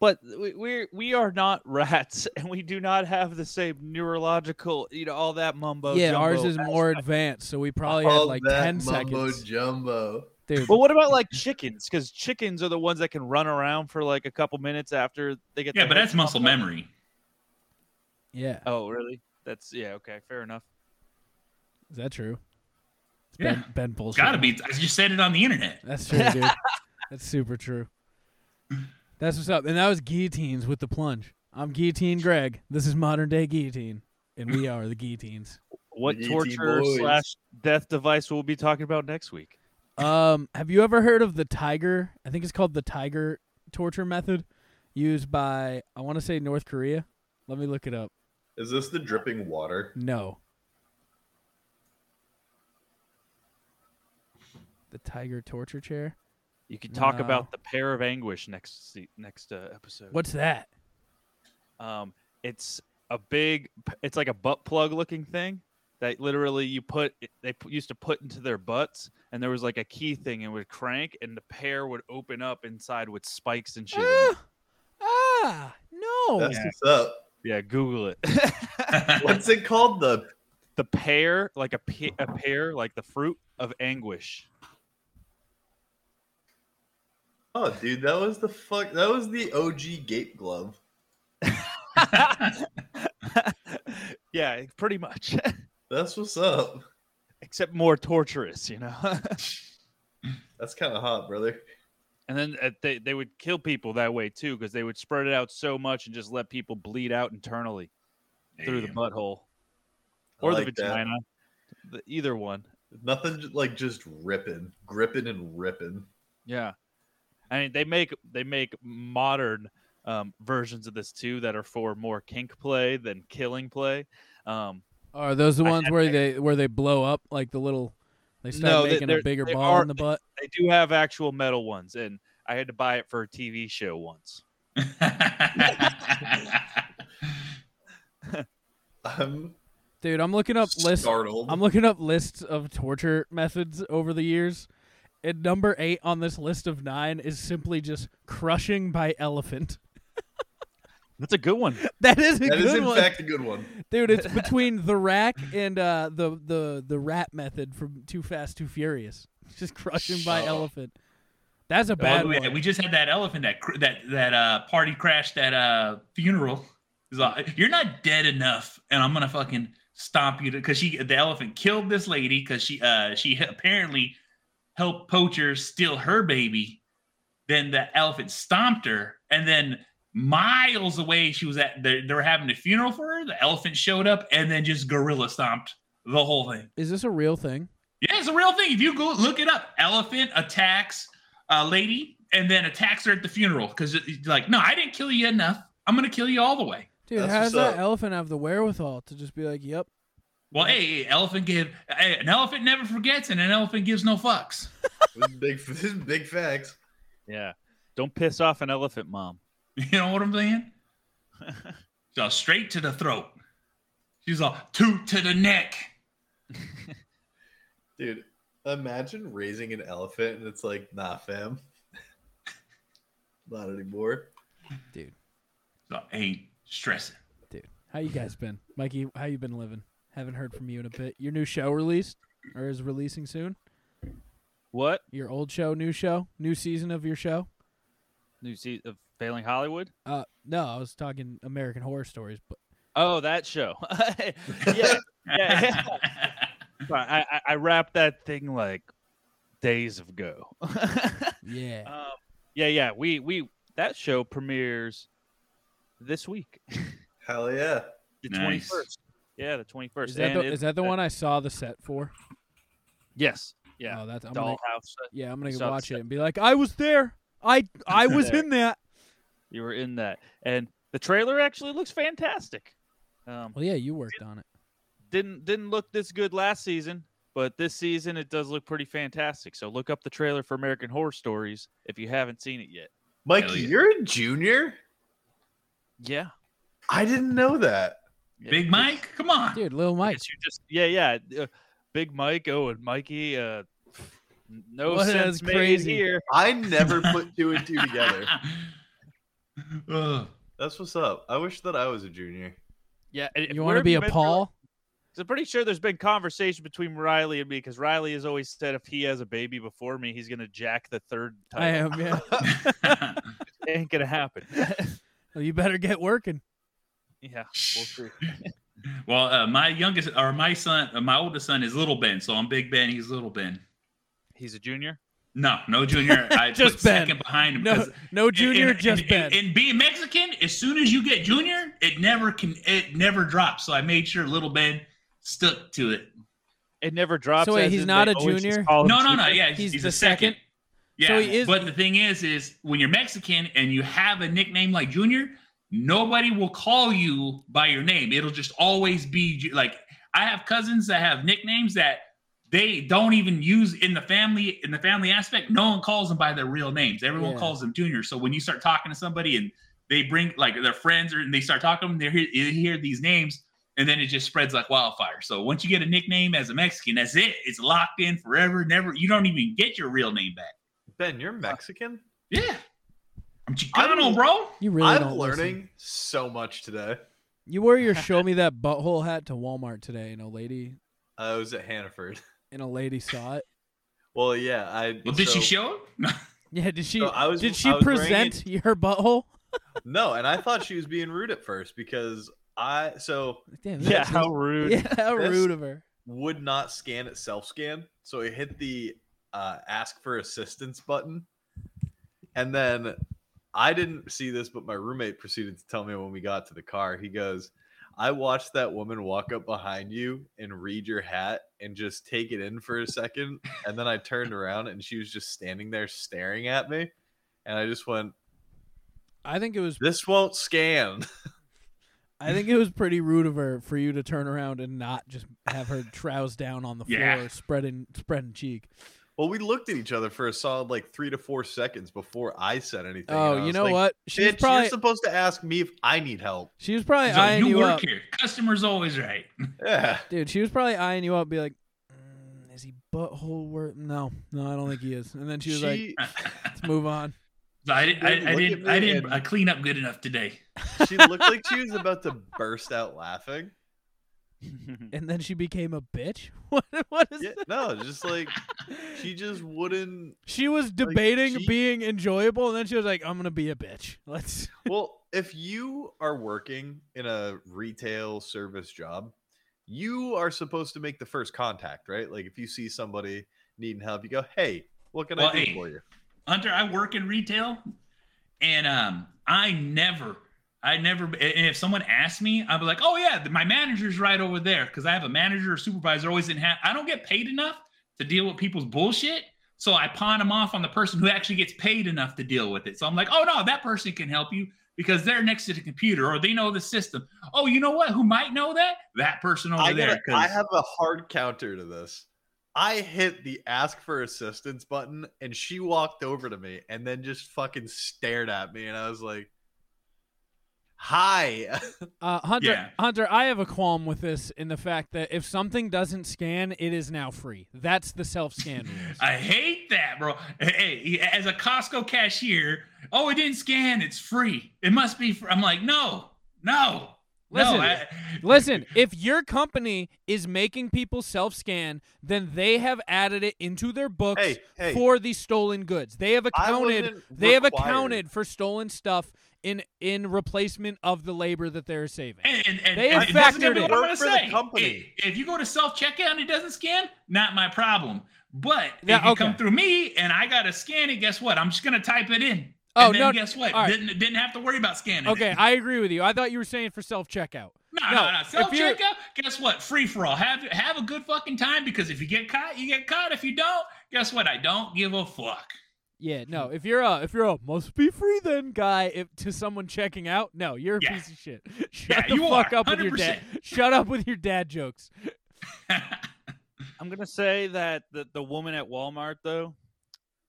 [SPEAKER 6] but we- we're we are not rats, and we do not have the same neurological, you know, all that
[SPEAKER 2] Oh,
[SPEAKER 6] mumbo.
[SPEAKER 1] yeah,
[SPEAKER 6] jumbo
[SPEAKER 1] ours is more
[SPEAKER 6] aspect.
[SPEAKER 1] advanced, so we probably had
[SPEAKER 2] All
[SPEAKER 1] oh, like
[SPEAKER 2] that
[SPEAKER 1] 10
[SPEAKER 2] mumbo
[SPEAKER 1] seconds.
[SPEAKER 2] jumbo.
[SPEAKER 1] Dude,
[SPEAKER 7] Oh.
[SPEAKER 6] Well, what about like chickens? Because chickens are the ones that can run around for like a couple minutes after they get.
[SPEAKER 7] Yeah,
[SPEAKER 6] their
[SPEAKER 7] but
[SPEAKER 6] head
[SPEAKER 7] that's muscle
[SPEAKER 6] chopped off.
[SPEAKER 7] memory.
[SPEAKER 1] yeah.
[SPEAKER 6] Oh, really? That's yeah. Okay, fair enough.
[SPEAKER 1] Is that true? It's
[SPEAKER 7] Yeah.
[SPEAKER 1] Ben, ben bullshit.
[SPEAKER 7] Gotta be. I just said it on the internet.
[SPEAKER 1] That's true, dude. That's super true. That's what's up. And that was guillotines with the plunge. I'm guillotine Greg. This is modern day guillotine, and we are the guillotines.
[SPEAKER 6] What
[SPEAKER 2] ET
[SPEAKER 6] torture
[SPEAKER 2] boys.
[SPEAKER 6] slash death device we'll be talking about next week?
[SPEAKER 1] Um, have you ever heard of the tiger? I think it's called the tiger torture method, used by I want to say North Korea. Let me look it up.
[SPEAKER 2] Is this the dripping water?
[SPEAKER 1] No. The tiger torture chair.
[SPEAKER 6] You could talk
[SPEAKER 1] No.
[SPEAKER 6] about the pair of anguish next se- next uh, episode.
[SPEAKER 1] What's that?
[SPEAKER 6] Um, it's a big. p- It's like a butt plug looking thing that literally you put. it- They p- used to put into their butts, and there was like a key thing, and it would crank, and the pair would open up inside with spikes and shit. in it.
[SPEAKER 1] Ah, ah, no.
[SPEAKER 2] That's what's up.
[SPEAKER 6] Yeah, Google it.
[SPEAKER 2] What's it called? The
[SPEAKER 6] the pear, like a pe- a pear, like the fruit of anguish.
[SPEAKER 2] oh, dude, that was the fuck. That was the OG gape glove.
[SPEAKER 6] yeah, pretty much.
[SPEAKER 2] That's what's up.
[SPEAKER 6] Except more torturous, you know.
[SPEAKER 2] That's kind of hot, brother.
[SPEAKER 6] And then uh, they, they would kill people that way too, because they would spread it out so much and just let people bleed out internally through the
[SPEAKER 7] Damn.
[SPEAKER 6] butthole
[SPEAKER 2] I
[SPEAKER 6] or the
[SPEAKER 2] like that.
[SPEAKER 6] vagina, the, either one.
[SPEAKER 2] Nothing j- like just ripping, gripping, and ripping.
[SPEAKER 6] Yeah, I mean they make they make modern um, versions of this too that are for more kink play than killing play. Um,
[SPEAKER 1] Are those the
[SPEAKER 6] I
[SPEAKER 1] ones
[SPEAKER 6] had
[SPEAKER 1] where they where they blow up like the little? They start
[SPEAKER 6] No, they-
[SPEAKER 1] making a
[SPEAKER 6] they're-
[SPEAKER 1] bigger
[SPEAKER 6] they
[SPEAKER 1] ball
[SPEAKER 6] are-
[SPEAKER 1] in the butt.
[SPEAKER 6] they do have actual metal ones, and I had to buy it for a TV show once.
[SPEAKER 2] I'm
[SPEAKER 1] Dude, I'm looking up lists.
[SPEAKER 2] startled.
[SPEAKER 1] I'm looking up lists of torture methods over the years. And number eight on this list of nine is simply just crushing by elephant.
[SPEAKER 6] That's a good one.
[SPEAKER 1] That is a
[SPEAKER 2] That
[SPEAKER 1] good
[SPEAKER 2] is in
[SPEAKER 1] one,
[SPEAKER 2] fact a good one.
[SPEAKER 1] dude. It's between the rack and uh, the the the rat method from Too Fast Too Furious. Just crushing by
[SPEAKER 2] Oh.
[SPEAKER 1] elephant. That's a
[SPEAKER 7] Well,
[SPEAKER 1] bad
[SPEAKER 7] we,
[SPEAKER 1] one.
[SPEAKER 7] Oh, we just had that elephant that cr- that that uh, party crashed at uh, funeral. He's like, You're not dead enough, and I'm gonna fucking stomp you because she the elephant killed this lady because she uh she h- apparently helped poachers steal her baby. Then the elephant stomped her, and then miles away she was at they, they were having a funeral for her. The elephant showed up and then just gorilla stomped the whole thing.
[SPEAKER 1] Is this a real thing?
[SPEAKER 7] Yeah, it's a real thing. If you go look it up, elephant attacks a lady and then attacks her at the funeral because like, no, I didn't kill you enough. I'm gonna kill you all the way.
[SPEAKER 1] Dude,
[SPEAKER 2] That's
[SPEAKER 1] how does
[SPEAKER 2] what's
[SPEAKER 1] that
[SPEAKER 2] up.
[SPEAKER 1] elephant have the wherewithal to just be like, "Yep,
[SPEAKER 7] Well, hey, hey, elephant give hey, an elephant never forgets and an elephant gives no fucks.
[SPEAKER 2] This is big. This is big facts.
[SPEAKER 6] Yeah. Don't piss off an elephant mom.
[SPEAKER 7] You know what I'm saying? so straight to the throat. She's all two to the neck.
[SPEAKER 2] Dude, imagine raising an elephant and it's like, nah, fam. Not anymore.
[SPEAKER 7] So ain't stressing.
[SPEAKER 1] How you guys been, Mikey? How you been living? Haven't heard from you in a bit. Your new show released or is releasing soon?
[SPEAKER 6] What?
[SPEAKER 1] Your old show, new show, new season of your show?
[SPEAKER 6] New season of uh, Failing Hollywood?
[SPEAKER 1] Uh, no, I was talking American Horror Stories, but
[SPEAKER 6] Oh, that show. yeah. yeah. Sorry, I, I- I wrapped that thing like days ago.
[SPEAKER 1] yeah,
[SPEAKER 6] Um, yeah, yeah. We we that show premieres this week,
[SPEAKER 2] Hell yeah.
[SPEAKER 6] the twenty
[SPEAKER 7] Nice.
[SPEAKER 6] first. Yeah, the twenty first.
[SPEAKER 1] is that the, is that
[SPEAKER 6] Uh,
[SPEAKER 1] the one I saw the set for?
[SPEAKER 6] Yes. Yeah.
[SPEAKER 1] oh, that's I'm gonna,
[SPEAKER 6] Dollhouse. uh,
[SPEAKER 1] yeah, I'm gonna
[SPEAKER 6] saw the
[SPEAKER 1] watch
[SPEAKER 6] set.
[SPEAKER 1] it and be like, I was there, I I was
[SPEAKER 6] There.
[SPEAKER 1] in that.
[SPEAKER 6] You were in that, and the trailer actually looks fantastic. Um,
[SPEAKER 1] Well, yeah, you worked on it.
[SPEAKER 6] didn't didn't look this good last season, but this season it does look pretty fantastic. So look up the trailer for American Horror Stories if you haven't seen it yet.
[SPEAKER 2] Mikey,
[SPEAKER 7] Hell yeah.
[SPEAKER 2] you're a junior?
[SPEAKER 6] Yeah.
[SPEAKER 2] I didn't know that.
[SPEAKER 7] Big Mike, come on.
[SPEAKER 1] Dude, Lil Mike,
[SPEAKER 6] Yes, you just yeah, yeah. Uh, Big Mike, oh, and Mikey. Uh, n- no
[SPEAKER 1] What
[SPEAKER 6] sense
[SPEAKER 1] is
[SPEAKER 6] made
[SPEAKER 1] crazy?
[SPEAKER 6] here.
[SPEAKER 2] I never put two and two together.
[SPEAKER 7] Ugh.
[SPEAKER 2] That's what's up. I wish that I was a junior.
[SPEAKER 6] Yeah, and if
[SPEAKER 1] you want to
[SPEAKER 6] we're
[SPEAKER 1] be a
[SPEAKER 6] meant
[SPEAKER 1] Paul?
[SPEAKER 6] i I'm pretty sure there's been conversation between Riley and me because Riley has always said if he has a baby before me, he's gonna jack the third time.
[SPEAKER 1] I am. Yeah,
[SPEAKER 6] Ain't gonna happen.
[SPEAKER 1] well, you better get working.
[SPEAKER 6] yeah, we'll see.
[SPEAKER 7] Well, uh, my youngest or my son, uh, my oldest son is Little Ben, so I'm Big Ben. He's Little Ben.
[SPEAKER 6] He's a junior.
[SPEAKER 7] No, no junior. I
[SPEAKER 1] Just
[SPEAKER 7] put
[SPEAKER 1] Ben.
[SPEAKER 7] second behind him.
[SPEAKER 1] No,
[SPEAKER 7] 'cause
[SPEAKER 1] no
[SPEAKER 7] in-
[SPEAKER 1] junior,
[SPEAKER 7] in-
[SPEAKER 1] just
[SPEAKER 7] in,
[SPEAKER 1] Ben.
[SPEAKER 7] In, in being Mexican, as soon as you get junior, it never can. It never drops. So I made sure Little Ben stuck to it.
[SPEAKER 6] It never drops.
[SPEAKER 1] So wait,
[SPEAKER 6] as
[SPEAKER 1] he's
[SPEAKER 6] in
[SPEAKER 1] not
[SPEAKER 6] they
[SPEAKER 1] a
[SPEAKER 6] always just
[SPEAKER 1] junior?
[SPEAKER 6] call him
[SPEAKER 7] No, no, no.
[SPEAKER 6] junior.
[SPEAKER 7] Yeah, he's,
[SPEAKER 1] Oh, He's
[SPEAKER 7] he's
[SPEAKER 1] the
[SPEAKER 7] a second.
[SPEAKER 1] second?
[SPEAKER 7] Yeah,
[SPEAKER 1] So he is-
[SPEAKER 7] but the thing is, is when you're Mexican and you have a nickname like Junior, nobody will call you by your name. It'll just always be Ju- like I have cousins that have nicknames that they don't even use in the family in the family aspect. No one calls them by their real names. Everyone
[SPEAKER 1] Yeah.
[SPEAKER 7] calls them Junior. So when you start talking to somebody and they bring like their friends or and they start talking, they hear, you hear these names. And then it just spreads like wildfire. So once you get a nickname as a Mexican, that's it. It's locked in forever. Never, you don't even get your real name back.
[SPEAKER 2] Ben, you're Mexican?
[SPEAKER 7] Yeah. I'm Chicano,
[SPEAKER 2] I'm-
[SPEAKER 7] bro.
[SPEAKER 1] You really
[SPEAKER 2] I'm
[SPEAKER 1] don't listen.
[SPEAKER 2] learning so much today.
[SPEAKER 1] You wore your show me that butthole hat to Walmart today, and a lady
[SPEAKER 2] I was at Hannaford.
[SPEAKER 1] and a lady saw it.
[SPEAKER 2] Well, yeah, I.
[SPEAKER 7] Well, did she
[SPEAKER 2] so-
[SPEAKER 7] show it?
[SPEAKER 1] Yeah, did she?
[SPEAKER 2] So I was-
[SPEAKER 1] did
[SPEAKER 2] I
[SPEAKER 1] she
[SPEAKER 2] was wearing
[SPEAKER 1] present your butthole?
[SPEAKER 2] No, and I thought she was being rude at first because I so
[SPEAKER 1] Damn,
[SPEAKER 6] Yeah,
[SPEAKER 1] that's-
[SPEAKER 6] how rude.
[SPEAKER 1] yeah, how
[SPEAKER 2] That's-
[SPEAKER 1] rude of her.
[SPEAKER 2] would not scan it self scan. So I hit the uh, ask for assistance button. And then I didn't see this, but my roommate proceeded to tell me when we got to the car. He goes, I watched that woman walk up behind you and read your hat and just take it in for a second. And then I turned around and she was just standing there staring at me. And I just went,
[SPEAKER 1] I think it was.
[SPEAKER 2] This won't scan.
[SPEAKER 1] I think it was pretty rude of her for you to turn around and not just have her trouse down on the floor,
[SPEAKER 7] Yeah.
[SPEAKER 1] spreading spreading cheek.
[SPEAKER 2] Well, we looked at each other for a solid like three to four seconds before I said anything. and I
[SPEAKER 1] Oh, you
[SPEAKER 2] was
[SPEAKER 1] know
[SPEAKER 2] like,
[SPEAKER 1] what? She was
[SPEAKER 2] Bitch, you're
[SPEAKER 1] probably
[SPEAKER 2] supposed to ask me if I need help.
[SPEAKER 1] she was probably
[SPEAKER 7] So
[SPEAKER 1] eyeing
[SPEAKER 7] you
[SPEAKER 1] you
[SPEAKER 7] work
[SPEAKER 1] up,
[SPEAKER 7] here. Customer's always right.
[SPEAKER 2] Yeah.
[SPEAKER 1] dude. She was probably eyeing you up, be like, mm, "Is he butthole worth? No, no, I don't think he is." And then she was like, "Let's move on."
[SPEAKER 7] So I, didn't- I,
[SPEAKER 2] Dude,
[SPEAKER 7] I
[SPEAKER 2] look
[SPEAKER 7] didn't.
[SPEAKER 2] at
[SPEAKER 7] I
[SPEAKER 2] me
[SPEAKER 7] didn't.
[SPEAKER 2] and-
[SPEAKER 7] I clean up good enough today.
[SPEAKER 2] she looked like she was about to burst out laughing.
[SPEAKER 1] And then she became a bitch. What? What is?
[SPEAKER 2] Yeah,
[SPEAKER 1] that?
[SPEAKER 2] no, just like she just wouldn't.
[SPEAKER 1] She was debating
[SPEAKER 2] she-
[SPEAKER 1] being enjoyable, and then she was like, "I'm gonna be a bitch." Let's.
[SPEAKER 2] Well, if you are working in a retail service job, you are supposed to make the first contact, right? Like if you see somebody needing help, you go, "Hey, what can
[SPEAKER 7] Well,
[SPEAKER 2] I do
[SPEAKER 7] hey.
[SPEAKER 2] for you?"
[SPEAKER 7] Hunter, I work in retail, and um, I never, I never. And if someone asked me, I'd be like, "Oh yeah, my manager's right over there," because I have a manager or supervisor always in. Ha- I don't get paid enough to deal with people's bullshit, so I pawn them off on the person who actually gets paid enough to deal with it. So I'm like, "Oh no, that person can help you." Because they're next to the computer or they know the system. Oh, you know what? Who might know that? That person over
[SPEAKER 2] I,
[SPEAKER 7] there.
[SPEAKER 2] gotta- I
[SPEAKER 7] 'cause-
[SPEAKER 2] have a hard counter to this. I hit the ask for assistance button and she walked over to me and then just fucking stared at me and I was like, "Hi."
[SPEAKER 1] Uh, Hunter,
[SPEAKER 7] Yeah.
[SPEAKER 1] Hunter, I have a qualm with this in the fact that if something doesn't scan, it is now free. That's the self scan rules.
[SPEAKER 7] I hate that, bro. Hey, as a Costco cashier, oh, it didn't scan. It's free. It must be. Free. I'm like, no, no,
[SPEAKER 1] Listen,
[SPEAKER 7] no. I-
[SPEAKER 1] Listen, if your company is making people self scan, then they have added it into their books
[SPEAKER 2] Hey, hey.
[SPEAKER 1] for the stolen goods. They have
[SPEAKER 2] I
[SPEAKER 1] accounted
[SPEAKER 2] wasn't
[SPEAKER 1] they have
[SPEAKER 2] required.
[SPEAKER 1] accounted for stolen stuff in in replacement of the labor that they're saving.
[SPEAKER 7] and, and, and,
[SPEAKER 1] They
[SPEAKER 7] and
[SPEAKER 1] have
[SPEAKER 7] this is gonna
[SPEAKER 1] factored
[SPEAKER 7] be
[SPEAKER 1] it.
[SPEAKER 7] what I'm gonna
[SPEAKER 2] Work for the
[SPEAKER 7] say.
[SPEAKER 2] company.
[SPEAKER 7] If, if you go to self checkout and it doesn't scan, not my problem. But
[SPEAKER 1] Yeah,
[SPEAKER 7] if you
[SPEAKER 1] okay.
[SPEAKER 7] come through me and I gotta scan it, guess what? I'm just gonna type it in.
[SPEAKER 1] Oh,
[SPEAKER 7] and then
[SPEAKER 1] no,
[SPEAKER 7] Guess what?
[SPEAKER 1] all right.
[SPEAKER 7] Didn't didn't have to worry about scanning. it.
[SPEAKER 1] Okay, I agree with you. I thought you were saying for self checkout.
[SPEAKER 7] No,
[SPEAKER 1] No,
[SPEAKER 7] no, no.
[SPEAKER 1] if
[SPEAKER 7] Self
[SPEAKER 1] you're-
[SPEAKER 7] checkout. Guess what? Free for all. Have have a good fucking time because if you get caught, you get caught. If you don't, guess what? I don't give a fuck.
[SPEAKER 1] Yeah, no. If you're a if you're a must be free then guy if, to someone checking out, no, you're a
[SPEAKER 7] Yeah.
[SPEAKER 1] piece of shit. Shut
[SPEAKER 7] Yeah,
[SPEAKER 1] the
[SPEAKER 7] you
[SPEAKER 1] fuck
[SPEAKER 7] are,
[SPEAKER 1] up with your dad.
[SPEAKER 7] 100%.
[SPEAKER 1] Shut up with your dad jokes.
[SPEAKER 6] I'm gonna say that the, the woman at Walmart though,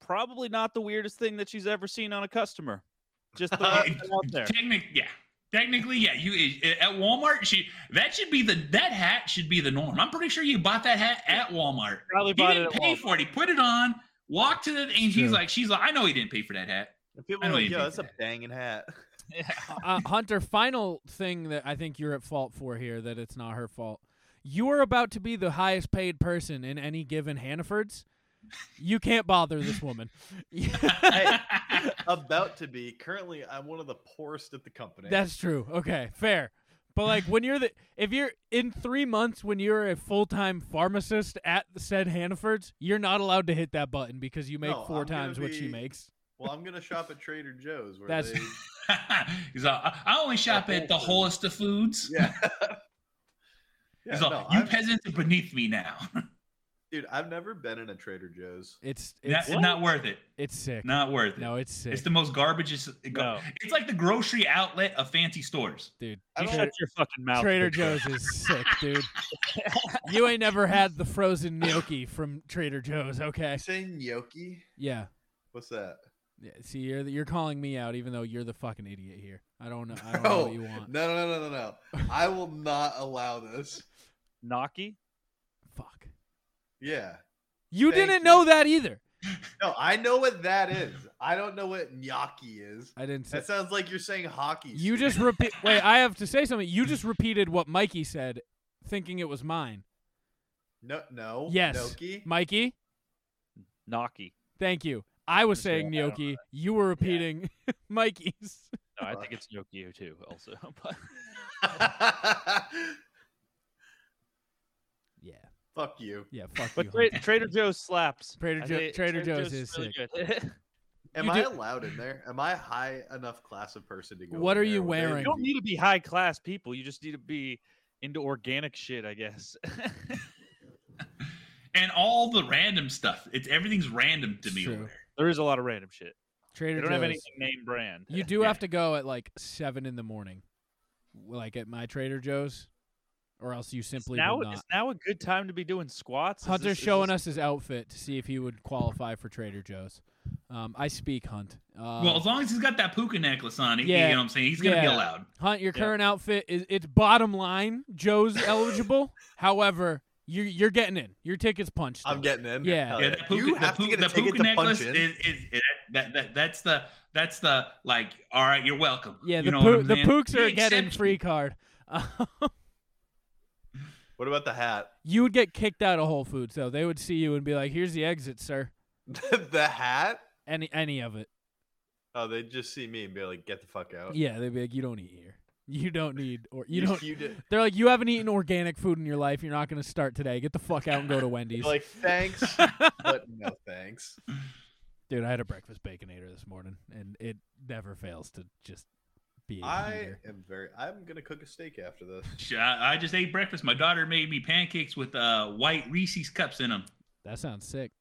[SPEAKER 6] probably not the weirdest thing that she's ever seen on a customer. Just the
[SPEAKER 2] Uh,
[SPEAKER 6] out there.
[SPEAKER 7] Technic, yeah. Technically, yeah. You at Walmart, she that should be the that hat should be the norm. I'm pretty sure you bought that hat at Walmart.
[SPEAKER 6] Probably
[SPEAKER 7] He
[SPEAKER 6] bought it
[SPEAKER 7] didn't
[SPEAKER 6] at
[SPEAKER 7] pay
[SPEAKER 6] Walmart.
[SPEAKER 7] for it. He put it on, walked to the, and
[SPEAKER 1] true.
[SPEAKER 7] he's like, she's like, I know he didn't pay for that hat.
[SPEAKER 2] And people
[SPEAKER 7] I
[SPEAKER 2] are
[SPEAKER 7] know
[SPEAKER 2] like,
[SPEAKER 7] you
[SPEAKER 2] "Yo,
[SPEAKER 7] did
[SPEAKER 2] that's a
[SPEAKER 7] that."
[SPEAKER 2] banging hat."
[SPEAKER 1] uh, Hunter, final thing that I think you're at fault for here that it's not her fault. You're about to be the highest paid person in any given Hannaford's. You can't bother this woman.
[SPEAKER 2] hey, about to be. Currently, I'm one of the poorest at the company.
[SPEAKER 1] That's true. Okay, fair. But like when you're the if you're in 3 months when you're a full-time pharmacist at the said Hannaford's, you're not allowed to hit that button because you make 4
[SPEAKER 2] No, I'm gonna
[SPEAKER 1] times what she
[SPEAKER 2] be-
[SPEAKER 1] makes.
[SPEAKER 2] well, I'm gonna shop at Trader Joe's. Where
[SPEAKER 1] That's-
[SPEAKER 2] they,
[SPEAKER 7] he's like, I I only shop at the wholest of foods.
[SPEAKER 2] yeah. yeah
[SPEAKER 7] he's
[SPEAKER 2] no,
[SPEAKER 7] like, you
[SPEAKER 2] I've-
[SPEAKER 7] peasants are beneath me now.
[SPEAKER 2] dude, I've never been in a Trader Joe's.
[SPEAKER 1] It's it's
[SPEAKER 7] That's not worth it.
[SPEAKER 1] it's sick.
[SPEAKER 7] Not worth it.
[SPEAKER 1] No, it's sick.
[SPEAKER 7] it's the most garbage. It's,
[SPEAKER 6] No.
[SPEAKER 7] it's like the grocery outlet of fancy stores.
[SPEAKER 1] dude.
[SPEAKER 2] I
[SPEAKER 6] You
[SPEAKER 2] don't-
[SPEAKER 6] shut your fucking mouth.
[SPEAKER 1] Trader
[SPEAKER 6] bitch.
[SPEAKER 1] Joe's is sick, dude. you ain't never had the frozen gnocchi from Trader Joe's, okay?
[SPEAKER 2] You saying gnocchi?
[SPEAKER 1] Yeah.
[SPEAKER 2] What's that?
[SPEAKER 1] yeah. See, you're you're calling me out, even though you're the fucking idiot here. I don't know. I don't know
[SPEAKER 2] No,
[SPEAKER 1] what you
[SPEAKER 2] no,
[SPEAKER 1] want.
[SPEAKER 2] no, no, no, no. I will not allow this.
[SPEAKER 6] Naki.
[SPEAKER 1] Fuck.
[SPEAKER 2] Yeah.
[SPEAKER 1] You
[SPEAKER 2] Thank
[SPEAKER 1] didn't
[SPEAKER 2] you.
[SPEAKER 1] know that either.
[SPEAKER 2] No, I know what that is. I don't know what gnocchi is.
[SPEAKER 1] I didn't say.
[SPEAKER 2] That sounds like you're saying hockey.
[SPEAKER 1] You just repeat. Wait, I have to say something. You just repeated what Mikey said, thinking it was mine.
[SPEAKER 2] no, no.
[SPEAKER 1] Yes,
[SPEAKER 2] Gnocchi?
[SPEAKER 1] Mikey.
[SPEAKER 6] Naki.
[SPEAKER 1] Thank you. I was
[SPEAKER 6] Just
[SPEAKER 1] saying
[SPEAKER 6] saying, I don't
[SPEAKER 1] gnocchi. You were repeating Mikey's.
[SPEAKER 6] No, I think
[SPEAKER 2] Fuck.
[SPEAKER 6] it's Yokio too. Also, but
[SPEAKER 1] Yeah.
[SPEAKER 2] Fuck you.
[SPEAKER 1] Yeah. Fuck you.
[SPEAKER 6] but
[SPEAKER 1] Hunter.
[SPEAKER 6] Tra- Trader Joe's slaps.
[SPEAKER 1] Trader
[SPEAKER 6] I
[SPEAKER 1] Joe-
[SPEAKER 6] think
[SPEAKER 1] Trader Joe's is
[SPEAKER 6] good.
[SPEAKER 2] Am
[SPEAKER 1] You
[SPEAKER 2] I
[SPEAKER 1] do-
[SPEAKER 2] allowed in there? Am I high enough class of person to go?
[SPEAKER 1] What
[SPEAKER 2] in
[SPEAKER 1] are you
[SPEAKER 2] there? Would they-
[SPEAKER 1] wearing?
[SPEAKER 6] you don't need to be high class people. You just need to be into organic shit, I guess.
[SPEAKER 7] And all the random stuff. It's everything's random to
[SPEAKER 1] It's
[SPEAKER 7] me.
[SPEAKER 1] true.
[SPEAKER 7] over there.
[SPEAKER 6] there is a lot of random shit. They
[SPEAKER 1] Trader
[SPEAKER 6] don't have
[SPEAKER 1] Joe's.
[SPEAKER 6] anything name brand.
[SPEAKER 1] You do
[SPEAKER 7] Yeah.
[SPEAKER 1] have to go at like seven in the morning, like at my Trader Joe's. or else you simply
[SPEAKER 6] now
[SPEAKER 1] will
[SPEAKER 6] is
[SPEAKER 1] not.
[SPEAKER 6] now a good time to be doing squats. Is
[SPEAKER 1] Hunter's
[SPEAKER 6] this- is
[SPEAKER 1] showing
[SPEAKER 6] this-
[SPEAKER 1] us his outfit to see if he would qualify for Trader Joe's. Um, I speak, Hunt. Um,
[SPEAKER 7] well, as long as he's got that puka necklace on, he,
[SPEAKER 1] yeah.
[SPEAKER 7] you know what I'm saying? He's going to
[SPEAKER 1] Yeah.
[SPEAKER 7] be allowed.
[SPEAKER 1] Hunt, your current outfit is it's bottom line. Joe's eligible. However, you you're getting in. Your ticket's punched.
[SPEAKER 2] I'm getting in.
[SPEAKER 1] Yeah.
[SPEAKER 2] Hell
[SPEAKER 7] Yeah, that puka,
[SPEAKER 2] Uh, you
[SPEAKER 7] the
[SPEAKER 2] have
[SPEAKER 7] puka-
[SPEAKER 2] to get a
[SPEAKER 7] the
[SPEAKER 2] ticket
[SPEAKER 7] puka
[SPEAKER 2] to punch
[SPEAKER 7] necklace
[SPEAKER 2] in.
[SPEAKER 7] is, is, is- that, that that's the that's the like all right, you're welcome.
[SPEAKER 1] yeah,
[SPEAKER 7] You
[SPEAKER 1] the
[SPEAKER 7] know what
[SPEAKER 1] poo-
[SPEAKER 7] I'm
[SPEAKER 1] the
[SPEAKER 7] saying?
[SPEAKER 1] pooks are
[SPEAKER 7] He
[SPEAKER 1] getting
[SPEAKER 7] accepts
[SPEAKER 1] free
[SPEAKER 7] you.
[SPEAKER 1] card.
[SPEAKER 2] what about the hat?
[SPEAKER 1] you would get kicked out of Whole Foods though. They would see you and be like, "Here's the exit, sir."
[SPEAKER 2] the hat?
[SPEAKER 1] Any any of it.
[SPEAKER 2] Oh, they just see me and be like, "Get the fuck out."
[SPEAKER 1] Yeah, they'd be like, "You don't eat here. You don't need or you don't."
[SPEAKER 2] Oh. You did.
[SPEAKER 1] They're like, "You haven't eaten organic food in your life. You're not going to start today. Get the fuck out and go to Wendy's."
[SPEAKER 2] Like, thanks, but no thanks.
[SPEAKER 1] Dude, I had a breakfast baconator this morning, and it never fails to just be. a
[SPEAKER 2] I
[SPEAKER 1] heater.
[SPEAKER 2] am very. I'm gonna cook a steak after this.
[SPEAKER 7] Sh- I I just ate breakfast. My daughter made me pancakes with uh, white Reese's cups in them.
[SPEAKER 1] That sounds sick.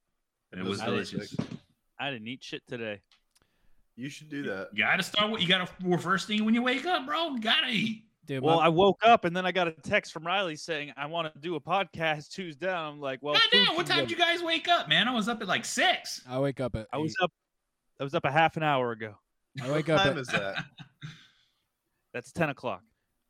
[SPEAKER 7] It was
[SPEAKER 2] Those are
[SPEAKER 7] delicious.
[SPEAKER 6] I didn't eat shit today.
[SPEAKER 2] You should do that.
[SPEAKER 7] You gotta start. with You gotta well, first thing when you wake up, bro. You gotta eat.
[SPEAKER 1] Dude,
[SPEAKER 6] Well,
[SPEAKER 1] my-
[SPEAKER 6] I woke up and then I got a text from Riley saying I want to do a podcast Tuesday. And I'm like, well,
[SPEAKER 7] God
[SPEAKER 6] food
[SPEAKER 7] damn, what
[SPEAKER 6] can
[SPEAKER 7] time
[SPEAKER 6] go-
[SPEAKER 7] did you guys wake up, man? I was up at like six.
[SPEAKER 1] I wake up at.
[SPEAKER 6] I was
[SPEAKER 1] eight.
[SPEAKER 6] up. I was up a half an hour ago.
[SPEAKER 1] I wake
[SPEAKER 2] What
[SPEAKER 1] up.
[SPEAKER 2] time
[SPEAKER 1] At,
[SPEAKER 2] is that?
[SPEAKER 6] That's ten o'clock.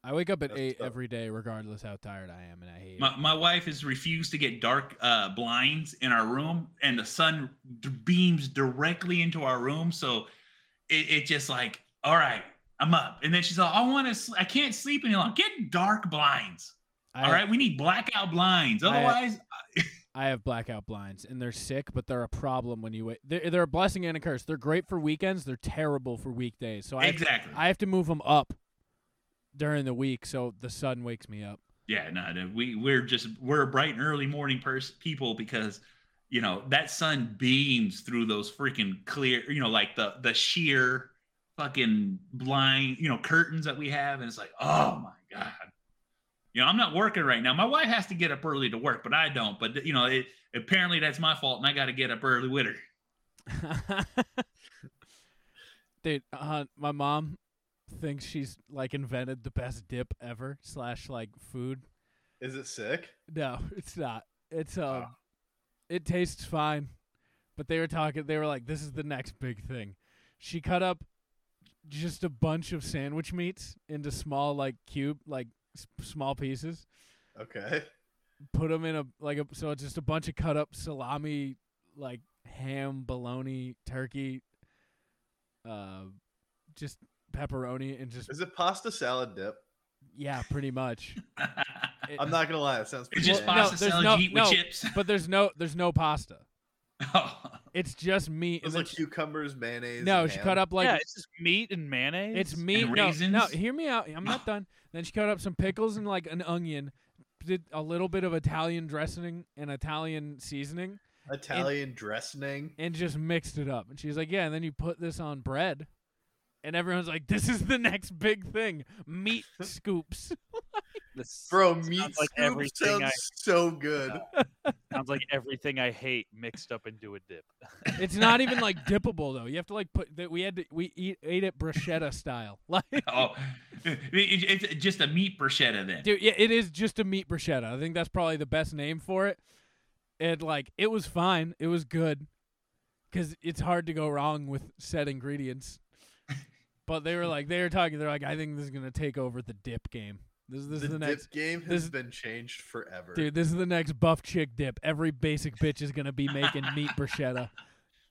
[SPEAKER 1] I wake up at
[SPEAKER 2] That's
[SPEAKER 1] eight
[SPEAKER 2] tough.
[SPEAKER 1] every day, regardless how tired I am, and I hate.
[SPEAKER 7] My, my wife has refused to get dark uh, blinds in our room, and the sun d- beams directly into our room. So it, it just like, all right, I'm up. And then she's like, I want to, sl- I can't sleep any longer. Get dark blinds.
[SPEAKER 1] it.
[SPEAKER 7] all right, we need blackout blinds.
[SPEAKER 1] I-
[SPEAKER 7] Otherwise,
[SPEAKER 1] I have blackout blinds, and they're sick, but they're a problem when you wait. They're, they're a blessing and a curse. They're great for weekends. They're terrible for weekdays. So I
[SPEAKER 7] exactly.
[SPEAKER 1] I have to move them up during the week, so the sun wakes me up.
[SPEAKER 7] yeah, no, no, we we're just we're a bright and early morning pers- people because you know that sun beams through those freaking clear, you know, like the the sheer fucking blind, you know, curtains that we have, and it's like, oh my god. You know, I'm not working right now. My wife has to get up early to work, but I don't. But you know, it, apparently that's my fault, and I got to get up early with her.
[SPEAKER 1] Dude, uh, my mom thinks she's like invented the best dip ever slash like food.
[SPEAKER 2] Is it sick?
[SPEAKER 1] No, it's not. It's
[SPEAKER 2] Oh.
[SPEAKER 1] um, it tastes fine, but they were talking. They were like, "This is the next big thing." She cut up just a bunch of sandwich meats into small like cube like s- small pieces
[SPEAKER 2] Okay.
[SPEAKER 1] put them in a like a so it's just a bunch of cut up salami like ham bologna turkey uh just pepperoni and just
[SPEAKER 2] Is it pasta salad dip?
[SPEAKER 1] yeah pretty much It-
[SPEAKER 2] I'm not gonna lie. It sounds pretty.
[SPEAKER 7] It's just
[SPEAKER 2] good.
[SPEAKER 1] Well,
[SPEAKER 7] pasta
[SPEAKER 1] there's
[SPEAKER 7] salad
[SPEAKER 1] no-
[SPEAKER 7] you eat
[SPEAKER 1] no.
[SPEAKER 7] with chips.
[SPEAKER 1] but there's no there's no pasta
[SPEAKER 7] Oh,
[SPEAKER 1] it's just meat
[SPEAKER 2] It was
[SPEAKER 1] and then
[SPEAKER 2] like cucumbers, mayonnaise.
[SPEAKER 1] she, no
[SPEAKER 2] and
[SPEAKER 1] she
[SPEAKER 2] ham.
[SPEAKER 1] cut up like
[SPEAKER 6] yeah, it's just meat and mayonnaise.
[SPEAKER 1] it's meat
[SPEAKER 7] And
[SPEAKER 1] no, no
[SPEAKER 7] raisins?
[SPEAKER 1] hear me out i'm not done then she cut up some pickles and like an onion did a little bit of italian dressing and italian seasoning
[SPEAKER 2] Italian dressing.
[SPEAKER 1] and just mixed it up. And she's like, "Yeah." And then you put this on bread, and everyone's like, "This is the next big thing: meat scoops."
[SPEAKER 6] This
[SPEAKER 2] Bro,
[SPEAKER 6] sounds
[SPEAKER 2] meat
[SPEAKER 6] like
[SPEAKER 2] scoop
[SPEAKER 6] everything
[SPEAKER 2] sounds
[SPEAKER 6] I
[SPEAKER 2] so good.
[SPEAKER 6] sounds like everything I hate mixed up into a dip.
[SPEAKER 1] it's not even like dippable though. You have to like put that. We had to we eat ate it bruschetta style. Like,
[SPEAKER 7] oh, It- it- it's just a meat bruschetta then.
[SPEAKER 1] dude, yeah, it is just a meat bruschetta. I think that's probably the best name for it. And like, it was fine. It was good, because it's hard to go wrong with said ingredients. But they were like, they were talking. They're like, I think this is gonna take over the dip game. This, this
[SPEAKER 2] The,
[SPEAKER 1] is the
[SPEAKER 2] dip
[SPEAKER 1] next.
[SPEAKER 2] game has
[SPEAKER 1] this-
[SPEAKER 2] been changed forever.
[SPEAKER 1] Dude, this is the next buff chick dip. Every basic bitch is gonna be making meat bruschetta.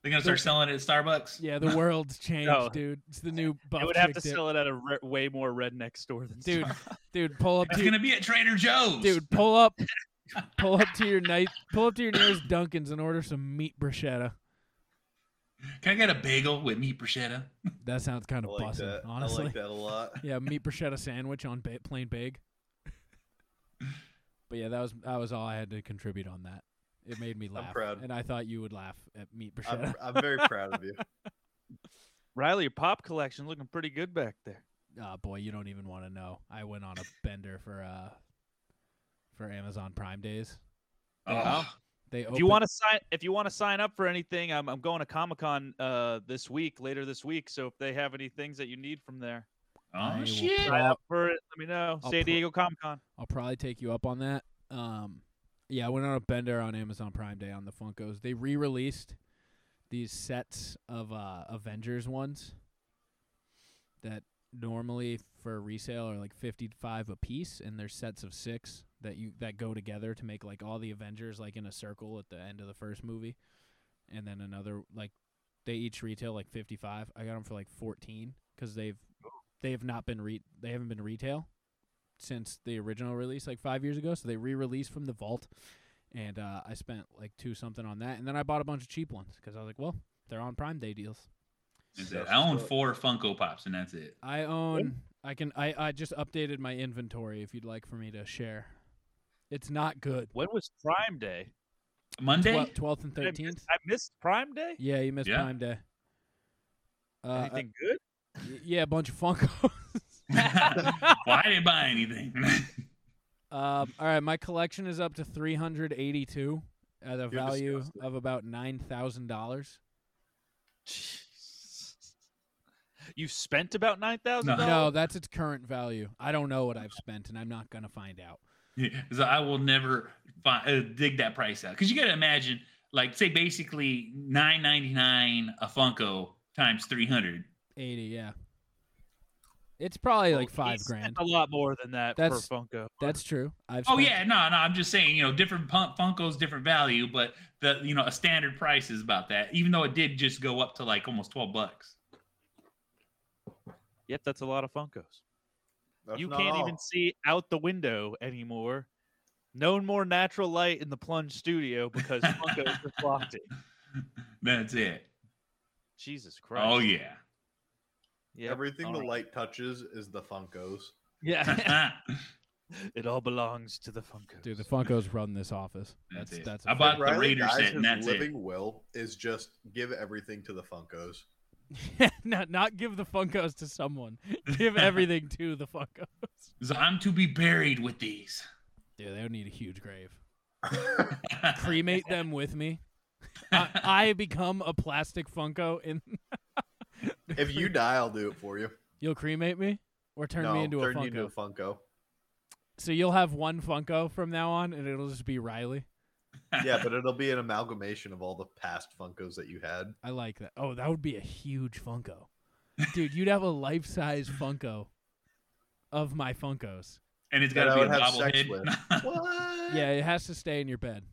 [SPEAKER 7] They're gonna start selling it at Starbucks.
[SPEAKER 1] Yeah, the world's changed,
[SPEAKER 6] No.
[SPEAKER 1] dude. It's the new buff
[SPEAKER 6] I would
[SPEAKER 1] chick
[SPEAKER 6] have to
[SPEAKER 1] dip.
[SPEAKER 6] sell it at a re- way more redneck store than
[SPEAKER 1] dude,
[SPEAKER 6] Starbucks.
[SPEAKER 1] dude, pull up
[SPEAKER 7] It's
[SPEAKER 1] to
[SPEAKER 7] gonna be at Trader Joe's.
[SPEAKER 1] dude, pull up, pull up to your night, pull up to your nearest Dunkin's and order some meat bruschetta.
[SPEAKER 7] can I get a bagel with meat bruschetta?
[SPEAKER 1] That sounds kind
[SPEAKER 2] I
[SPEAKER 1] of
[SPEAKER 2] like
[SPEAKER 1] bussin',
[SPEAKER 2] that.
[SPEAKER 1] honestly.
[SPEAKER 2] I like that a lot.
[SPEAKER 1] Yeah, meat bruschetta sandwich on ba- plain bag. But yeah, that was that was all I had to contribute on that. It made me laugh,
[SPEAKER 2] proud.
[SPEAKER 1] and I thought you would laugh at meat bruschetta.
[SPEAKER 2] I'm, I'm very proud of you.
[SPEAKER 6] Riley, your pop collection looking pretty good back there.
[SPEAKER 1] Ah, boy, you don't even want to know. I went on a bender for uh for Amazon Prime days.
[SPEAKER 7] Oh,
[SPEAKER 1] They opened,
[SPEAKER 6] If you want to sign, if you want to sign up for anything, I'm, I'm going to Comic Con uh, this week, later this week. So if they have any things that you need from there,
[SPEAKER 7] Oh
[SPEAKER 1] I will
[SPEAKER 7] shit!
[SPEAKER 1] pro-
[SPEAKER 6] Sign up for it. Let me know.
[SPEAKER 1] I'll
[SPEAKER 6] San
[SPEAKER 1] put-
[SPEAKER 6] Diego Comic Con.
[SPEAKER 1] I'll probably take you up on that. Um, yeah, I went on a bender on Amazon Prime Day on the Funkos. They re-released these sets of uh, Avengers ones that normally for resale are like fifty-five a piece, and they're sets of six that you that go together to make like all the Avengers like in a circle at the end of the first movie, and then another like they each retail like fifty-five. I got them for like fourteen because they've they have not been re they haven't been retail since the original release like five years ago. So they re-released from the vault, and uh, I spent like two something on that, and then I bought a bunch of cheap ones because I was like, well, they're on Prime Day deals.
[SPEAKER 7] That's it. I own four Funko Pops, and that's it.
[SPEAKER 1] I own. I can. I I just updated my inventory. If you'd like for me to share, it's not good.
[SPEAKER 6] When was Prime Day?
[SPEAKER 7] Monday.
[SPEAKER 1] Twelfth and
[SPEAKER 6] Did I miss-
[SPEAKER 1] thirteenth.
[SPEAKER 6] I missed Prime Day.
[SPEAKER 1] Yeah, you missed
[SPEAKER 7] Yeah.
[SPEAKER 1] Prime Day. Uh,
[SPEAKER 6] Anything good?
[SPEAKER 1] uh, y- yeah, a bunch of Funko.
[SPEAKER 7] well, I didn't buy anything.
[SPEAKER 1] Um, all right, my collection is up to 382 at a value
[SPEAKER 2] disgusting.
[SPEAKER 1] of about nine thousand dollars.
[SPEAKER 6] You spent about nine thousand
[SPEAKER 1] No,
[SPEAKER 6] dollars.
[SPEAKER 1] that's its current value. I don't know what I've spent, and I'm not gonna find out.
[SPEAKER 7] so I will never find, uh, dig that price out because you got to imagine, like, say basically nine ninety nine a Funko times three hundred.
[SPEAKER 1] Eighty, yeah. It's probably like five grand.
[SPEAKER 6] Oh, A lot more than that
[SPEAKER 1] That's-
[SPEAKER 6] for Funko.
[SPEAKER 1] That's true. I've.
[SPEAKER 7] Oh
[SPEAKER 1] spent-
[SPEAKER 7] yeah, no, no. I'm just saying, you know, different pun- Funkos, different value, but the you know a standard price is about that. Even though it did just go up to like almost twelve bucks.
[SPEAKER 6] Yep, that's a lot of Funkos.
[SPEAKER 2] That's
[SPEAKER 6] you
[SPEAKER 2] not
[SPEAKER 6] can't
[SPEAKER 2] all.
[SPEAKER 6] even see out the window anymore. No more natural light in the plunge studio because Funko's have blocked it.
[SPEAKER 7] That's it.
[SPEAKER 6] Jesus Christ.
[SPEAKER 7] Oh yeah.
[SPEAKER 6] Yep,
[SPEAKER 2] Everything the
[SPEAKER 6] alright.
[SPEAKER 2] light touches is the Funkos.
[SPEAKER 6] Yeah.
[SPEAKER 7] that's
[SPEAKER 6] it all belongs to the Funko.
[SPEAKER 1] Dude, the Funkos run this office. That's
[SPEAKER 7] it.
[SPEAKER 1] that's. a
[SPEAKER 7] I
[SPEAKER 1] fact.
[SPEAKER 7] bought the
[SPEAKER 2] Riley
[SPEAKER 7] Raider
[SPEAKER 2] Guy's
[SPEAKER 7] set, and
[SPEAKER 2] his
[SPEAKER 7] that's
[SPEAKER 2] living
[SPEAKER 7] it.
[SPEAKER 2] will is just give everything to the Funkos.
[SPEAKER 1] not not give the Funkos to someone. Give everything to the Funko.
[SPEAKER 7] So I'm to be buried with these.
[SPEAKER 1] Dude, they would need a huge grave. Cremate them with me.
[SPEAKER 2] Uh,
[SPEAKER 1] I, I become a plastic Funko, and
[SPEAKER 2] If you die, I'll do it for you.
[SPEAKER 1] you'll cremate me or turn
[SPEAKER 2] no,
[SPEAKER 1] me into
[SPEAKER 2] turn
[SPEAKER 1] a Funko.
[SPEAKER 2] you into a Funko.
[SPEAKER 1] so you'll have one Funko from now on, and it'll just be Riley.
[SPEAKER 2] Yeah, but it'll be an amalgamation of all the past Funkos that you had.
[SPEAKER 1] I like that. Oh, that would be a huge Funko. Dude, you'd have a life size Funko of my Funkos.
[SPEAKER 7] and it's got
[SPEAKER 2] That
[SPEAKER 7] to
[SPEAKER 2] I
[SPEAKER 7] be
[SPEAKER 2] would
[SPEAKER 7] a
[SPEAKER 2] have sex with.
[SPEAKER 7] bobblehead.
[SPEAKER 2] what?
[SPEAKER 1] Yeah, it has to stay in your bed.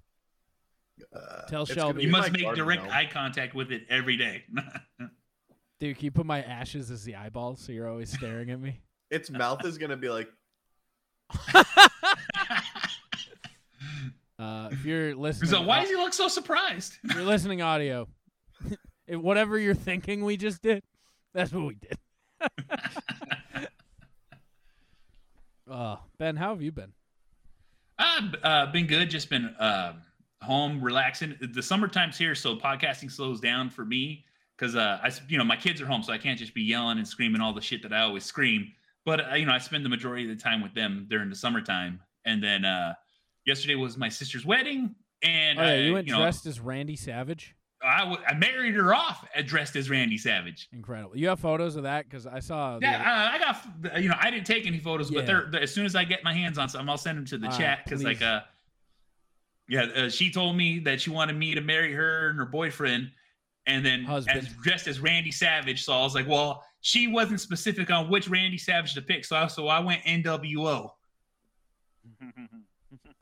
[SPEAKER 2] Uh,
[SPEAKER 1] Tell
[SPEAKER 2] it's gonna
[SPEAKER 1] Shelby.
[SPEAKER 2] be
[SPEAKER 7] You
[SPEAKER 2] in
[SPEAKER 7] must
[SPEAKER 2] my
[SPEAKER 7] make
[SPEAKER 2] garden,
[SPEAKER 7] direct
[SPEAKER 2] though.
[SPEAKER 7] eye contact with it every day.
[SPEAKER 1] Dude, can you put my ashes as the eyeballs so you're always staring at me?
[SPEAKER 2] Its mouth is gonna be like
[SPEAKER 1] Uh, if you're listening, uh,
[SPEAKER 7] so why does he look so surprised?
[SPEAKER 1] if you're listening audio, if whatever you're thinking we just did, that's what we did. uh, ben, how have you been?
[SPEAKER 7] I've uh, been good. Just been uh, home relaxing. The summertime's here, so podcasting slows down for me because uh, I, s- you know, my kids are home, so I can't just be yelling and screaming all the shit that I always scream. But uh, you know, I spend the majority of the time with them during the summertime. And then uh, yesterday was my sister's wedding, and
[SPEAKER 1] Oh, yeah,
[SPEAKER 7] I,
[SPEAKER 1] you went
[SPEAKER 7] know,
[SPEAKER 1] dressed as Randy Savage.
[SPEAKER 7] I, w- I married her off uh, dressed as Randy Savage.
[SPEAKER 1] Incredible. You have photos of that because I saw. the-
[SPEAKER 7] Yeah, uh, I got you know I didn't take any photos,
[SPEAKER 1] Oh, Yeah.
[SPEAKER 7] but they're, they're- as soon as I get my hands on something, I'll send them to the
[SPEAKER 1] All
[SPEAKER 7] chat
[SPEAKER 1] right,
[SPEAKER 7] because
[SPEAKER 1] please.
[SPEAKER 7] like uh yeah, uh, she told me that she wanted me to marry her and her boyfriend, and then
[SPEAKER 1] Husband.
[SPEAKER 7] as dressed as Randy Savage. So I was like, well, she wasn't specific on which Randy Savage to pick, so I, so I went NWO.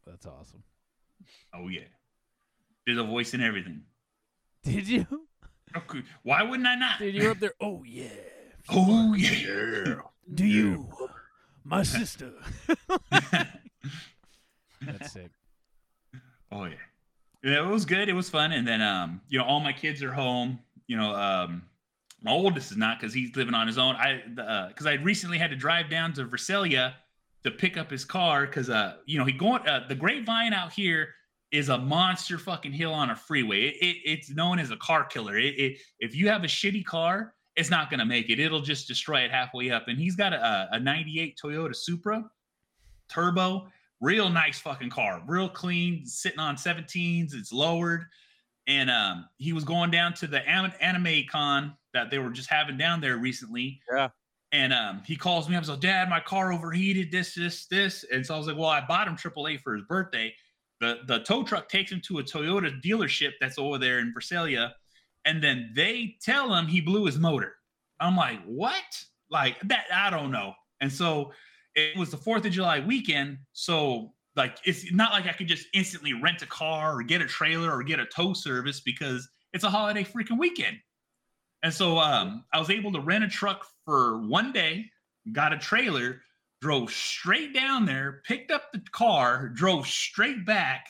[SPEAKER 1] that's awesome.
[SPEAKER 7] Oh yeah, did a voice and everything.
[SPEAKER 1] Did you?
[SPEAKER 7] Okay, Why wouldn't I not?
[SPEAKER 1] Dude, you're up there. Oh yeah.
[SPEAKER 7] Oh yeah.
[SPEAKER 1] Do you? My sister. That's sick.
[SPEAKER 7] Oh yeah. Yeah, it was good. It was fun. And then um, you know, all my kids are home. You know, um, my oldest is not because he's living on his own. I because I recently had to drive down to Versailles to pick up his car because uh, you know, he going uh, the Grapevine out here is a monster fucking hill on a freeway. It, it it's known as a car killer. It, it if you have a shitty car, it's not gonna make it. It'll just destroy it halfway up. And he's got a a '98 Toyota Supra turbo real nice fucking car, real clean, sitting on 17s. It's lowered. And um, he was going down to the an- anime con that they were just having down there recently.
[SPEAKER 6] Yeah.
[SPEAKER 7] And um, he calls me up, so Dad, my car overheated, this, this, this. And so I was like, Well, I bought him AAA for his birthday. The the tow truck takes him to a Toyota dealership that's over there in Versailles, and then they tell him he blew his motor. I'm like, What? Like that, I don't know. And so it was the fourth of July weekend. So like it's not like I could just instantly rent a car or get a trailer or get a tow service because it's a holiday freaking weekend. And so um, I was able to rent a truck for one day, got a trailer, drove straight down there, picked up the car, drove straight back,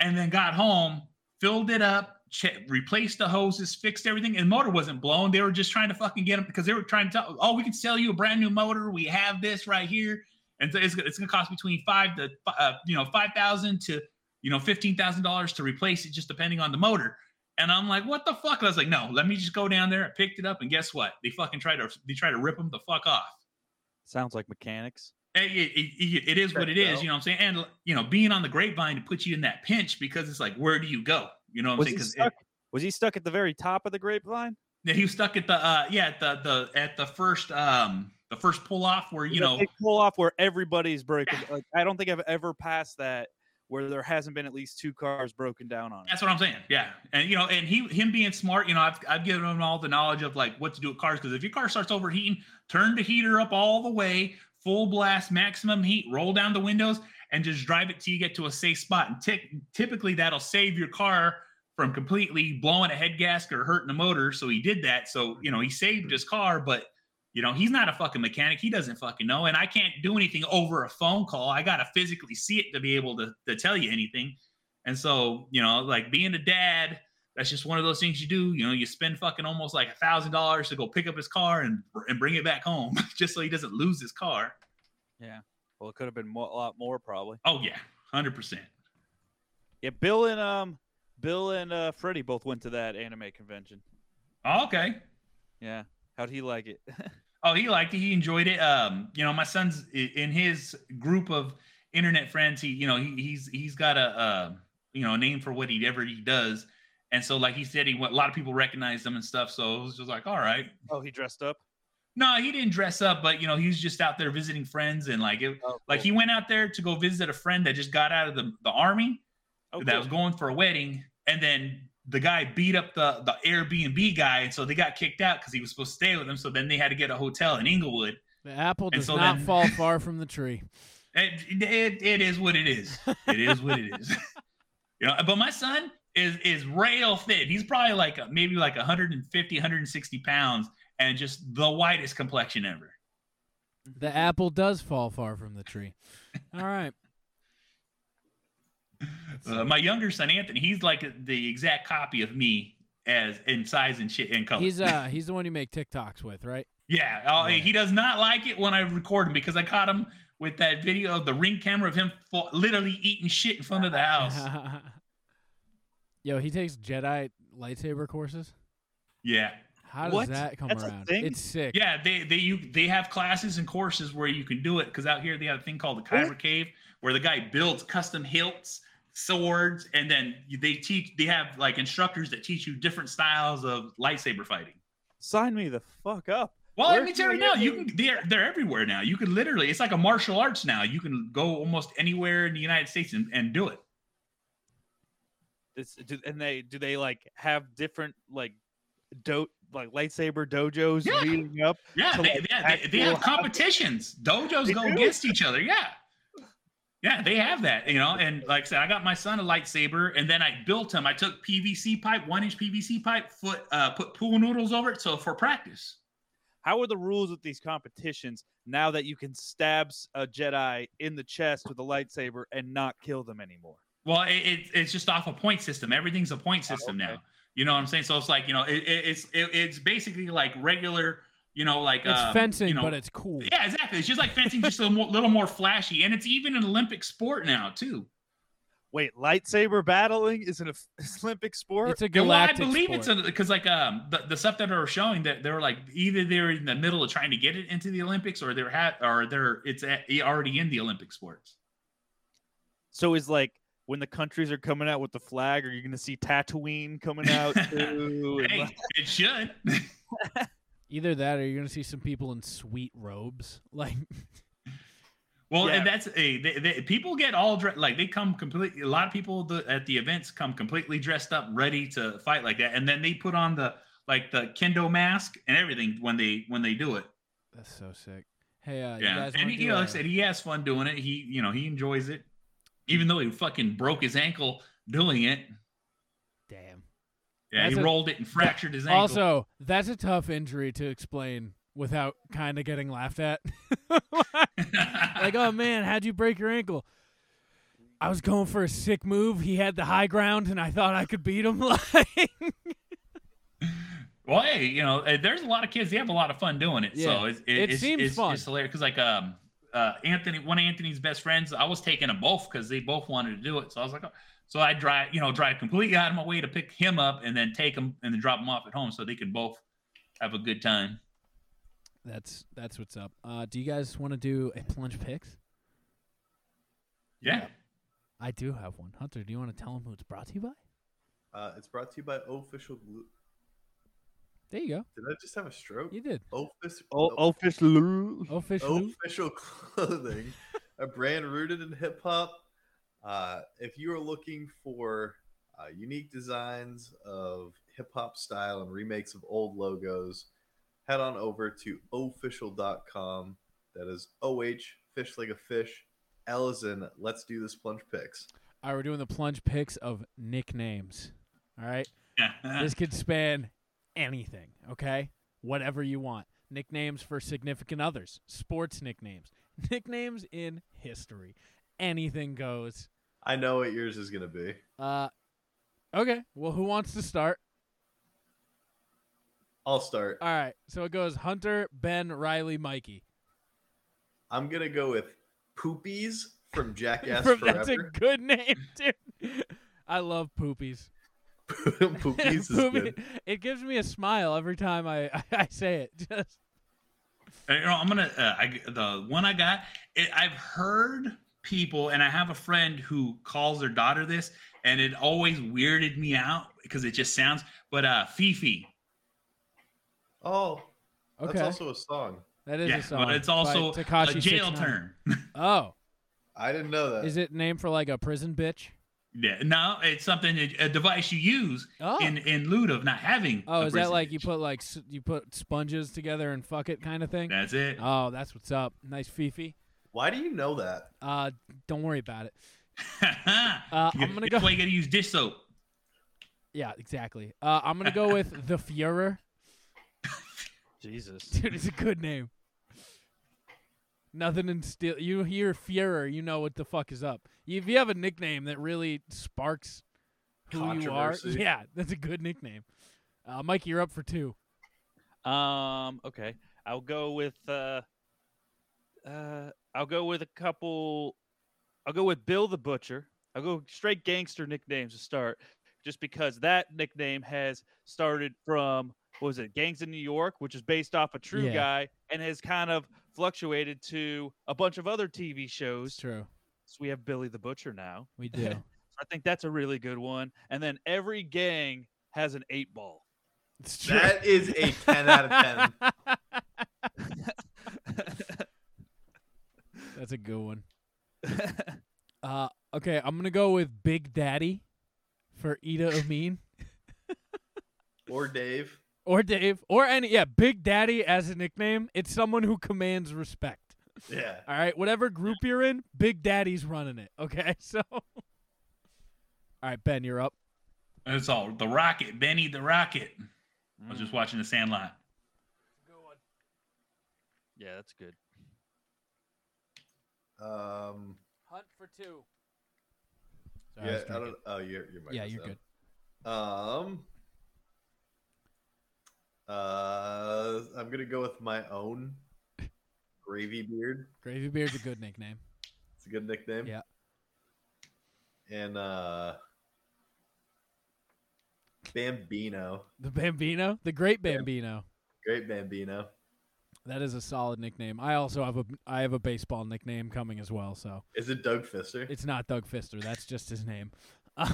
[SPEAKER 7] and then got home, filled it up, che- replaced the hoses, fixed everything. And motor wasn't blown. They were just trying to fucking get them because they were trying to tell, oh, we can sell you a brand new motor. We have this right here. And so it's, it's going to cost between five to, uh, you know, 5,000 to, you know, $15,000 to replace it, just depending on the motor. And I'm like, what the fuck? And I was like, no, let me just go down there. I picked it up, and guess what? They fucking tried to they tried to rip them the fuck off.
[SPEAKER 6] Sounds like mechanics.
[SPEAKER 7] It, it- it- it is what it is, you know what I'm saying? And you know, being on the grapevine to put you in that pinch because it's like, where do you go? You know what I'm
[SPEAKER 6] Was
[SPEAKER 7] saying?
[SPEAKER 6] he,
[SPEAKER 7] 'Cause
[SPEAKER 6] stuck, was he stuck at the very top of the grapevine?
[SPEAKER 7] it- he was stuck at the uh, yeah at the the at the first um the first pull off where you know
[SPEAKER 6] they pull off where everybody's breaking. Like I don't think I've ever passed that where there hasn't been at least two cars broken down on it.
[SPEAKER 7] That's what I'm saying. Yeah, and you know, and he him being smart, you know, I've I've given him all the knowledge of like what to do with cars because if your car starts overheating, turn the heater up all the way, full blast, maximum heat, roll down the windows, and just drive it till you get to a safe spot. And ty- typically that'll save your car from completely blowing a head gasket or hurting the motor. So he did that. So you know, he saved his car, but. You know, he's not a fucking mechanic. He doesn't fucking know. And I can't do anything over a phone call. I got to physically see it to be able to, to tell you anything. And so, you know, like being a dad, that's just one of those things you do. You know, you spend fucking almost like a thousand dollars to go pick up his car and and bring it back home just so he doesn't lose his car.
[SPEAKER 6] Well, it could have been mo- a lot more probably.
[SPEAKER 7] Oh yeah, hundred percent.
[SPEAKER 6] Yeah, Bill and um, Bill and uh, Freddie both went to that anime convention.
[SPEAKER 7] Oh, Okay.
[SPEAKER 6] Yeah, how'd he like it?
[SPEAKER 7] Oh, he liked it. He enjoyed it. Um, you know, my son's i- in his group of internet friends. He, you know, he, he's he's got a uh, you know name for what he ever he does. And so, like he said, he went, a lot of people recognized him and stuff. So it was just like, all right,
[SPEAKER 6] oh, he dressed up.
[SPEAKER 7] No, he didn't dress up, but you know, he was just out there visiting friends and like it
[SPEAKER 6] Oh,
[SPEAKER 7] like he went out there to go visit a friend that just got out of the, the army
[SPEAKER 6] cool. Oh,
[SPEAKER 7] that
[SPEAKER 6] cool.
[SPEAKER 7] was going for a wedding and then the guy beat up the the Airbnb guy and so they got kicked out because he was supposed to stay with them. So then they had to get a hotel in Inglewood.
[SPEAKER 1] The apple
[SPEAKER 7] And
[SPEAKER 1] does
[SPEAKER 7] so
[SPEAKER 1] not
[SPEAKER 7] then-
[SPEAKER 1] fall far from the tree.
[SPEAKER 7] It, it, it is what it is. It is what it is. you know, but my son is is rail thin. He's probably like a, maybe like 150, 160 pounds and just the whitest complexion ever.
[SPEAKER 1] The apple does fall far from the tree. All right.
[SPEAKER 7] Uh, my younger son Anthony, he's like the exact copy of me as in size and shit and color.
[SPEAKER 1] He's uh he's the one you make TikToks with, right?
[SPEAKER 7] yeah, oh,
[SPEAKER 1] Yeah.
[SPEAKER 7] he does not like it when I record him because I caught him with that video of the ring camera of him fa- literally eating shit in front of the house.
[SPEAKER 1] Yo, he takes Jedi lightsaber courses.
[SPEAKER 7] yeah,
[SPEAKER 1] How does
[SPEAKER 6] What?
[SPEAKER 1] that come
[SPEAKER 6] That's a
[SPEAKER 1] around?
[SPEAKER 6] thing?
[SPEAKER 1] It's sick.
[SPEAKER 7] yeah, they they you they have classes and courses where you can do it because out here they have a thing called the Kyber Cave where the guy builds custom hilts, swords, and then they teach they have like instructors that teach you different styles of lightsaber fighting.
[SPEAKER 6] Sign me the fuck up.
[SPEAKER 7] Well,
[SPEAKER 6] Where
[SPEAKER 7] let me
[SPEAKER 6] can
[SPEAKER 7] tell you
[SPEAKER 6] I
[SPEAKER 7] now,
[SPEAKER 6] get
[SPEAKER 7] you can they're they're everywhere now. You can literally it's like a martial arts now. You can go almost anywhere in the United States and, and do it.
[SPEAKER 6] It's, do, and they do they like have different like do like lightsaber dojos
[SPEAKER 7] Yeah.
[SPEAKER 6] meeting up?
[SPEAKER 7] Yeah,
[SPEAKER 6] So,
[SPEAKER 7] they,
[SPEAKER 6] like,
[SPEAKER 7] yeah, they, they have
[SPEAKER 6] actual-
[SPEAKER 7] competitions. Dojos
[SPEAKER 6] They
[SPEAKER 7] go
[SPEAKER 6] do?
[SPEAKER 7] against each other. Yeah. Yeah, they have that, you know. And like I said, I got my son a lightsaber, and then I built him. I took PVC pipe, one inch PVC pipe, foot, uh, put pool noodles over it, so for practice.
[SPEAKER 6] How are the rules with these competitions now that you can stab s- a Jedi in the chest with a lightsaber and not kill them anymore?
[SPEAKER 7] Well, it, it, it's just off a point system. Everything's a point system
[SPEAKER 6] Oh, okay.
[SPEAKER 7] now. You know what I'm saying? So it's like you know, it, it, it's it, it's basically like regular, you know, like
[SPEAKER 1] It's
[SPEAKER 7] um,
[SPEAKER 1] fencing,
[SPEAKER 7] you know-
[SPEAKER 1] but it's cool.
[SPEAKER 7] yeah, exactly. It's just like fencing, just a mo- little more flashy, and it's even an Olympic sport now too.
[SPEAKER 6] Wait, lightsaber battling is an Olymp- Olympic sport?
[SPEAKER 1] It's a
[SPEAKER 7] And well, I
[SPEAKER 1] galactic
[SPEAKER 7] believe
[SPEAKER 1] sport.
[SPEAKER 7] it's because like um the, the stuff that they were showing that they were like either they're in the middle of trying to get it into the Olympics or they're ha- or they're it's at, already in the Olympic sports.
[SPEAKER 6] So is like when the countries are coming out with the flag, are you going to see Tatooine coming out? too? And,
[SPEAKER 7] Hey,
[SPEAKER 6] like,
[SPEAKER 7] it should.
[SPEAKER 1] Either that, or you're gonna see some people in sweet robes. Like,
[SPEAKER 7] Well,
[SPEAKER 6] Yeah.
[SPEAKER 7] and that's a they, they, people get all dressed like they come completely. A lot of people the, at the events come completely dressed up, ready to fight like that, and then they put on the like the kendo mask and everything when they when they do it.
[SPEAKER 1] that's so sick. Hey, uh, you
[SPEAKER 7] Yeah,
[SPEAKER 1] guys
[SPEAKER 7] and
[SPEAKER 1] wanna
[SPEAKER 7] he,
[SPEAKER 1] do
[SPEAKER 7] you know,
[SPEAKER 1] a-
[SPEAKER 7] like I said, he has fun doing it. He you know he enjoys it, even though he fucking broke his ankle doing it.
[SPEAKER 1] damn.
[SPEAKER 7] Yeah,
[SPEAKER 1] That's
[SPEAKER 7] he
[SPEAKER 1] a-
[SPEAKER 7] rolled it and fractured his ankle.
[SPEAKER 1] Also, that's a tough injury to explain without kind of getting laughed at. like, oh man, how'd you break your ankle? I was going for a sick move. He had the high ground, and I thought I could beat him. Like,
[SPEAKER 7] Well, hey, you know, uh, there's a lot of kids. They have a lot of fun doing it.
[SPEAKER 1] Yeah.
[SPEAKER 7] So it's, it,
[SPEAKER 1] It
[SPEAKER 7] it's,
[SPEAKER 1] seems
[SPEAKER 7] it's,
[SPEAKER 1] fun.
[SPEAKER 7] It's hilarious because like um uh Anthony, one of Anthony's best friends, I was taking them both because they both wanted to do it. So I was like, oh. so I drive, you know, drive completely out of my way to pick him up and then take him and then drop him off at home so they could both have a good time.
[SPEAKER 1] that's that's what's up. Uh, do you guys want to do a plunge picks?
[SPEAKER 7] Yeah.
[SPEAKER 1] I do have one. Hunter, do you want to tell him who it's brought to you by?
[SPEAKER 2] Uh, it's brought to you by Official Glue.
[SPEAKER 1] There you go.
[SPEAKER 2] Did I just have a stroke?
[SPEAKER 1] You did.
[SPEAKER 2] Official.
[SPEAKER 6] official.
[SPEAKER 1] Official.
[SPEAKER 2] official clothing, a brand rooted in hip hop. Uh, if you are looking for uh, unique designs of hip hop style and remakes of old logos, head on over to official.com. That is O H, fish like a fish. L is in let's do this plunge picks.
[SPEAKER 1] All right, we're doing the plunge picks of nicknames. All right.
[SPEAKER 7] Yeah.
[SPEAKER 1] this could span anything, okay? Whatever you want. Nicknames for significant others, sports nicknames, nicknames in history. Anything goes.
[SPEAKER 2] I know what yours is going to be.
[SPEAKER 1] Uh Okay, well who wants to start?
[SPEAKER 2] I'll start.
[SPEAKER 1] All right. So it goes Hunter, Ben, Riley, Mikey.
[SPEAKER 2] I'm going to go with Poopies from Jackass
[SPEAKER 1] From- that's a
[SPEAKER 2] Forever.
[SPEAKER 1] good name, dude. I love poopies.
[SPEAKER 2] Poopies is
[SPEAKER 1] Poopy-
[SPEAKER 2] good.
[SPEAKER 1] It gives me a smile every time I, I, say it. Just
[SPEAKER 7] Uh, you know, I'm gonna uh, I, the one I got. It, I've heard people, and I have a friend who calls their daughter this, and it always weirded me out because it just sounds. But uh, Fifi,
[SPEAKER 2] Oh,
[SPEAKER 1] okay.
[SPEAKER 2] that's also a song.
[SPEAKER 1] that is
[SPEAKER 7] yeah,
[SPEAKER 1] a song.
[SPEAKER 7] but it's
[SPEAKER 1] by
[SPEAKER 7] also
[SPEAKER 1] Tekashi
[SPEAKER 7] a jail
[SPEAKER 1] 69.
[SPEAKER 7] term.
[SPEAKER 1] Oh,
[SPEAKER 2] I didn't know that.
[SPEAKER 1] Is it named for like a prison bitch?
[SPEAKER 7] yeah, no, it's something a device you use
[SPEAKER 1] Oh.
[SPEAKER 7] in in lieu of not having.
[SPEAKER 1] Oh,
[SPEAKER 7] a
[SPEAKER 1] is that
[SPEAKER 7] prison
[SPEAKER 1] like you
[SPEAKER 7] bitch.
[SPEAKER 1] put like s- you put sponges together and fuck it kind of thing?
[SPEAKER 7] That's it.
[SPEAKER 1] Oh, that's what's up. Nice Fifi.
[SPEAKER 2] Why do you know that?
[SPEAKER 1] Uh, don't worry about it.
[SPEAKER 7] uh,
[SPEAKER 1] I'm gonna
[SPEAKER 7] That's
[SPEAKER 1] go-
[SPEAKER 7] why you gotta use dish soap.
[SPEAKER 1] Yeah, exactly. Uh, I'm gonna go with the Fuhrer.
[SPEAKER 6] Jesus.
[SPEAKER 1] Dude, it's a good name. Nothing in steel. You hear Fuhrer, you know what the fuck is up. If you have a nickname that really sparks who you are,
[SPEAKER 2] Controversy.
[SPEAKER 1] yeah, that's a good nickname. Uh, Mike, you're up for two.
[SPEAKER 6] Um. Okay. I'll go with. Uh, uh. I'll go with a couple. I'll go with Bill the Butcher. I'll go straight gangster nicknames to start, just because that nickname has started from what was it Gangs in New York, which is based off a true
[SPEAKER 1] Yeah.
[SPEAKER 6] guy, and has kind of fluctuated to a bunch of other TV
[SPEAKER 1] It's
[SPEAKER 6] shows.
[SPEAKER 1] true.
[SPEAKER 6] So we have Billy the Butcher now.
[SPEAKER 1] We do.
[SPEAKER 6] So I think that's a really good one. And then every gang has an eight ball.
[SPEAKER 1] It's true.
[SPEAKER 2] That is a 10 out of 10.
[SPEAKER 1] That's a good one. uh, okay, I'm gonna go with Big Daddy for Ida Amin
[SPEAKER 2] Or Dave.
[SPEAKER 1] or Dave or any. Yeah, Big Daddy as a nickname. It's someone who commands respect.
[SPEAKER 2] Yeah.
[SPEAKER 1] All right, whatever group you're in, Big Daddy's running it. Okay, so. All right, Ben, you're up.
[SPEAKER 7] That's all. The Rocket, Benny the Rocket. I was
[SPEAKER 1] Mm.
[SPEAKER 7] just watching The Sandlot.
[SPEAKER 6] Yeah, that's good.
[SPEAKER 2] Um,
[SPEAKER 1] Hunt for two.
[SPEAKER 2] yeah, I don't. Oh, you're, you're
[SPEAKER 1] yeah, you're good.
[SPEAKER 2] Um, uh, I'm gonna go with my own gravy beard.
[SPEAKER 1] Gravy Beard's a good nickname.
[SPEAKER 2] It's a good nickname.
[SPEAKER 1] Yeah.
[SPEAKER 2] And uh, Bambino,
[SPEAKER 1] The Bambino, the Great Bambino.
[SPEAKER 2] great Bambino.
[SPEAKER 1] That is a solid nickname. I also have a I have a baseball nickname coming as well, so
[SPEAKER 2] Is it Doug Fister?
[SPEAKER 1] it's not Doug Fister. That's just his name. All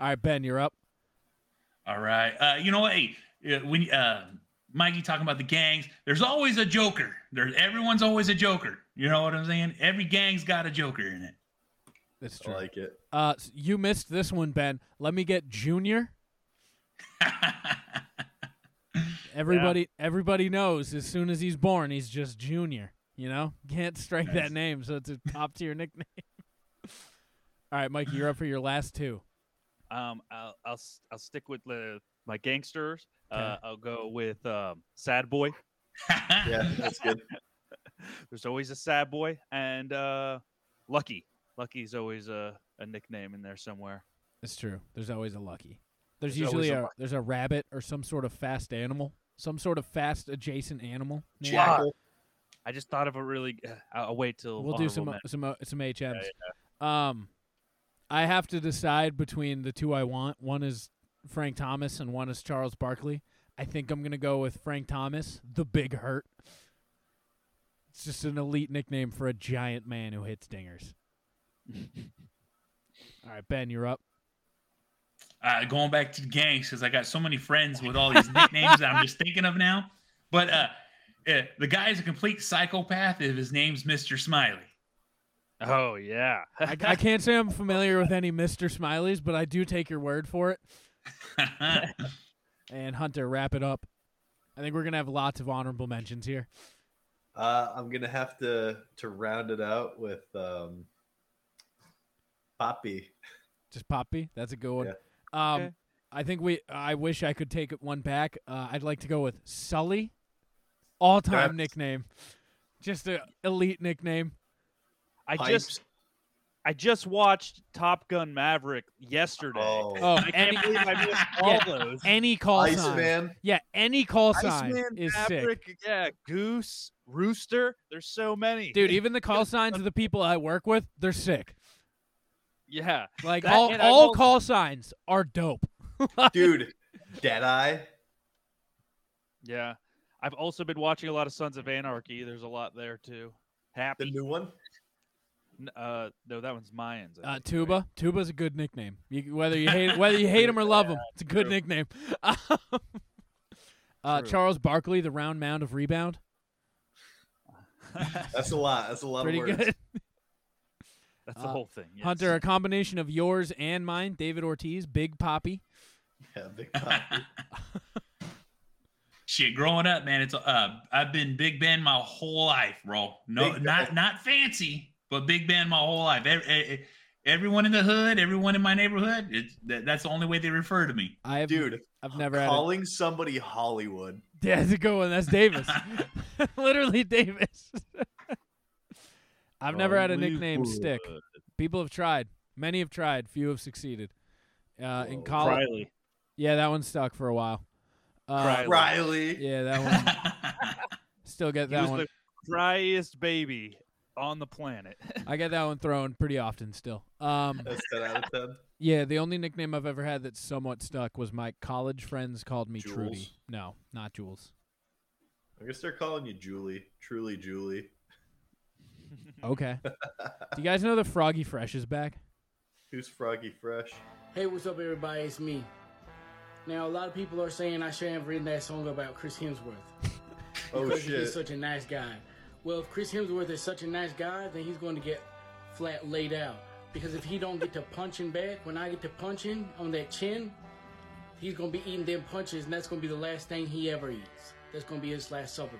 [SPEAKER 1] right, Ben, you're up.
[SPEAKER 7] All right. Uh, you know what? Hey, uh, when uh, Mikey talking about the gangs. There's always a joker. There's everyone's always a joker. You know what I'm saying? Every gang's got a joker in it.
[SPEAKER 1] That's
[SPEAKER 2] I
[SPEAKER 1] true.
[SPEAKER 2] like it.
[SPEAKER 1] Uh, s- you missed this one, Ben. Let me get Junior. everybody, everybody knows as soon as he's born, he's just Junior. You know, can't strike that name, so it's a top tier nickname. All right, Mikey, you're up for your last two.
[SPEAKER 6] Um, I'll I'll s- I'll stick with the, my gangsters. Uh,
[SPEAKER 1] Okay.
[SPEAKER 6] I'll go with um, Sad Boy.
[SPEAKER 2] Yeah, that's good.
[SPEAKER 6] There's always a Sad Boy and uh, Lucky. Lucky's always a, a nickname in there somewhere.
[SPEAKER 1] It's true. There's always a lucky. There's,
[SPEAKER 6] There's always
[SPEAKER 1] usually a,
[SPEAKER 6] a lucky.
[SPEAKER 1] there's a rabbit or some sort of fast animal, some sort of fast adjacent animal. Yeah.
[SPEAKER 2] Jackal.
[SPEAKER 6] I just thought of a really. uh, I'll I'll wait till
[SPEAKER 1] We'll do
[SPEAKER 6] honorable
[SPEAKER 1] some
[SPEAKER 6] men.
[SPEAKER 1] some uh, some HMs. Um, I have to decide between the two I want. One is Frank Thomas and one is Charles Barkley. I think I'm gonna go with Frank Thomas, the Big Hurt. It's just an elite nickname for a giant man who hits dingers. All right, Ben, you're up.
[SPEAKER 7] uh, going back to the gangs because I got so many friends with all these nicknames that I'm just thinking of now. But uh, uh, the guy is a complete psychopath if his name's Mr. Smiley.
[SPEAKER 6] Oh yeah,
[SPEAKER 1] I, I can't say I'm familiar with any Mr. Smileys, but I do take your word for it. And Hunter, wrap it up. I think we're gonna have lots of honorable mentions here.
[SPEAKER 2] Uh, I'm gonna have to to round it out with um, Poppy.
[SPEAKER 1] Just Poppy. That's a good one.
[SPEAKER 2] Yeah.
[SPEAKER 1] Um,
[SPEAKER 6] Okay.
[SPEAKER 1] I think we. I wish I could take one back. Uh, I'd like to go with Sully, all-time
[SPEAKER 2] That's-
[SPEAKER 1] nickname, just a elite nickname.
[SPEAKER 6] I
[SPEAKER 2] Pipes.
[SPEAKER 6] just I just watched Top Gun Maverick yesterday.
[SPEAKER 2] Oh,
[SPEAKER 1] Oh,
[SPEAKER 6] I can't
[SPEAKER 1] any
[SPEAKER 6] believe I missed
[SPEAKER 1] Yeah.
[SPEAKER 6] all those.
[SPEAKER 1] any call sign.
[SPEAKER 2] Iceman.
[SPEAKER 1] Yeah, any call sign is sick,
[SPEAKER 6] yeah, Goose, Rooster. There's so many,
[SPEAKER 1] dude. Even the call signs of the people I work with, they're sick.
[SPEAKER 6] Yeah,
[SPEAKER 1] Like
[SPEAKER 6] That-
[SPEAKER 1] all
[SPEAKER 6] and I
[SPEAKER 1] all
[SPEAKER 6] will-
[SPEAKER 1] call signs are dope.
[SPEAKER 2] Dude, Deadeye.
[SPEAKER 6] yeah. I've also been watching a lot of Sons of Anarchy. There's a lot there too.
[SPEAKER 2] The
[SPEAKER 6] Happy.
[SPEAKER 2] new one.
[SPEAKER 6] N- Uh, no, that one's Mayans.
[SPEAKER 1] Uh,
[SPEAKER 6] I think, right?
[SPEAKER 1] Tuba, Tuba's a good nickname. You, whether you hate whether you hate him or love him, it's a good nickname. Um, uh,
[SPEAKER 6] True.
[SPEAKER 1] Charles Barkley, the round mound of rebound,
[SPEAKER 2] That's a lot. That's a lot
[SPEAKER 1] pretty
[SPEAKER 2] of words.
[SPEAKER 1] good.
[SPEAKER 6] That's
[SPEAKER 1] Uh,
[SPEAKER 6] the whole thing. yes.
[SPEAKER 1] Hunter, a combination of yours and mine. David Ortiz, Big Poppy.
[SPEAKER 2] Yeah, big Poppy.
[SPEAKER 7] Shit, growing up, man, it's uh, I've been Big Ben my whole life, bro. No,
[SPEAKER 2] Big Ben.
[SPEAKER 7] not not fancy, but Big Ben my whole life. Ev- e- e- Everyone in the hood, everyone in my neighborhood, it's, that, that's the only way they refer to me.
[SPEAKER 1] I have,
[SPEAKER 2] Dude,
[SPEAKER 1] I've never had. A,
[SPEAKER 2] calling somebody Hollywood.
[SPEAKER 1] Yeah, that's a good one. That's Davis. Literally Davis. I've never had a nickname stick.
[SPEAKER 6] Hollywood.
[SPEAKER 1] People have tried. Many have tried. Few have succeeded. Uh, in college,
[SPEAKER 6] Riley.
[SPEAKER 1] yeah, that one stuck for a while. Uh,
[SPEAKER 6] Riley.
[SPEAKER 2] Riley.
[SPEAKER 1] Yeah, that one. Still get
[SPEAKER 6] He
[SPEAKER 1] that
[SPEAKER 6] was
[SPEAKER 1] one.
[SPEAKER 6] the driest baby on the planet.
[SPEAKER 1] I get that one thrown pretty often still. Um,
[SPEAKER 2] That's 10 out of 10.
[SPEAKER 1] yeah, the only nickname I've ever had that somewhat stuck was my college friends called me
[SPEAKER 2] Jules.
[SPEAKER 1] Trudy. No, not Jules.
[SPEAKER 2] I'm going to start calling you Julie. Truly Julie.
[SPEAKER 6] Hmm.
[SPEAKER 1] Okay. Do you guys know the Froggy Fresh is back?
[SPEAKER 2] Who's Froggy Fresh?
[SPEAKER 8] Hey, what's up, everybody? It's me. Now, a lot of people are saying I shouldn't have written that song about Chris Hemsworth
[SPEAKER 2] Oh,
[SPEAKER 8] because he's
[SPEAKER 2] shit.
[SPEAKER 8] such a nice guy. Well, if Chris Hemsworth is such a nice guy, then he's going to get flat laid out. Because if he don't get to punching back, when I get to punching on that chin, he's going to be eating them punches, and that's going to be the last thing he ever eats. That's going to be his last supper.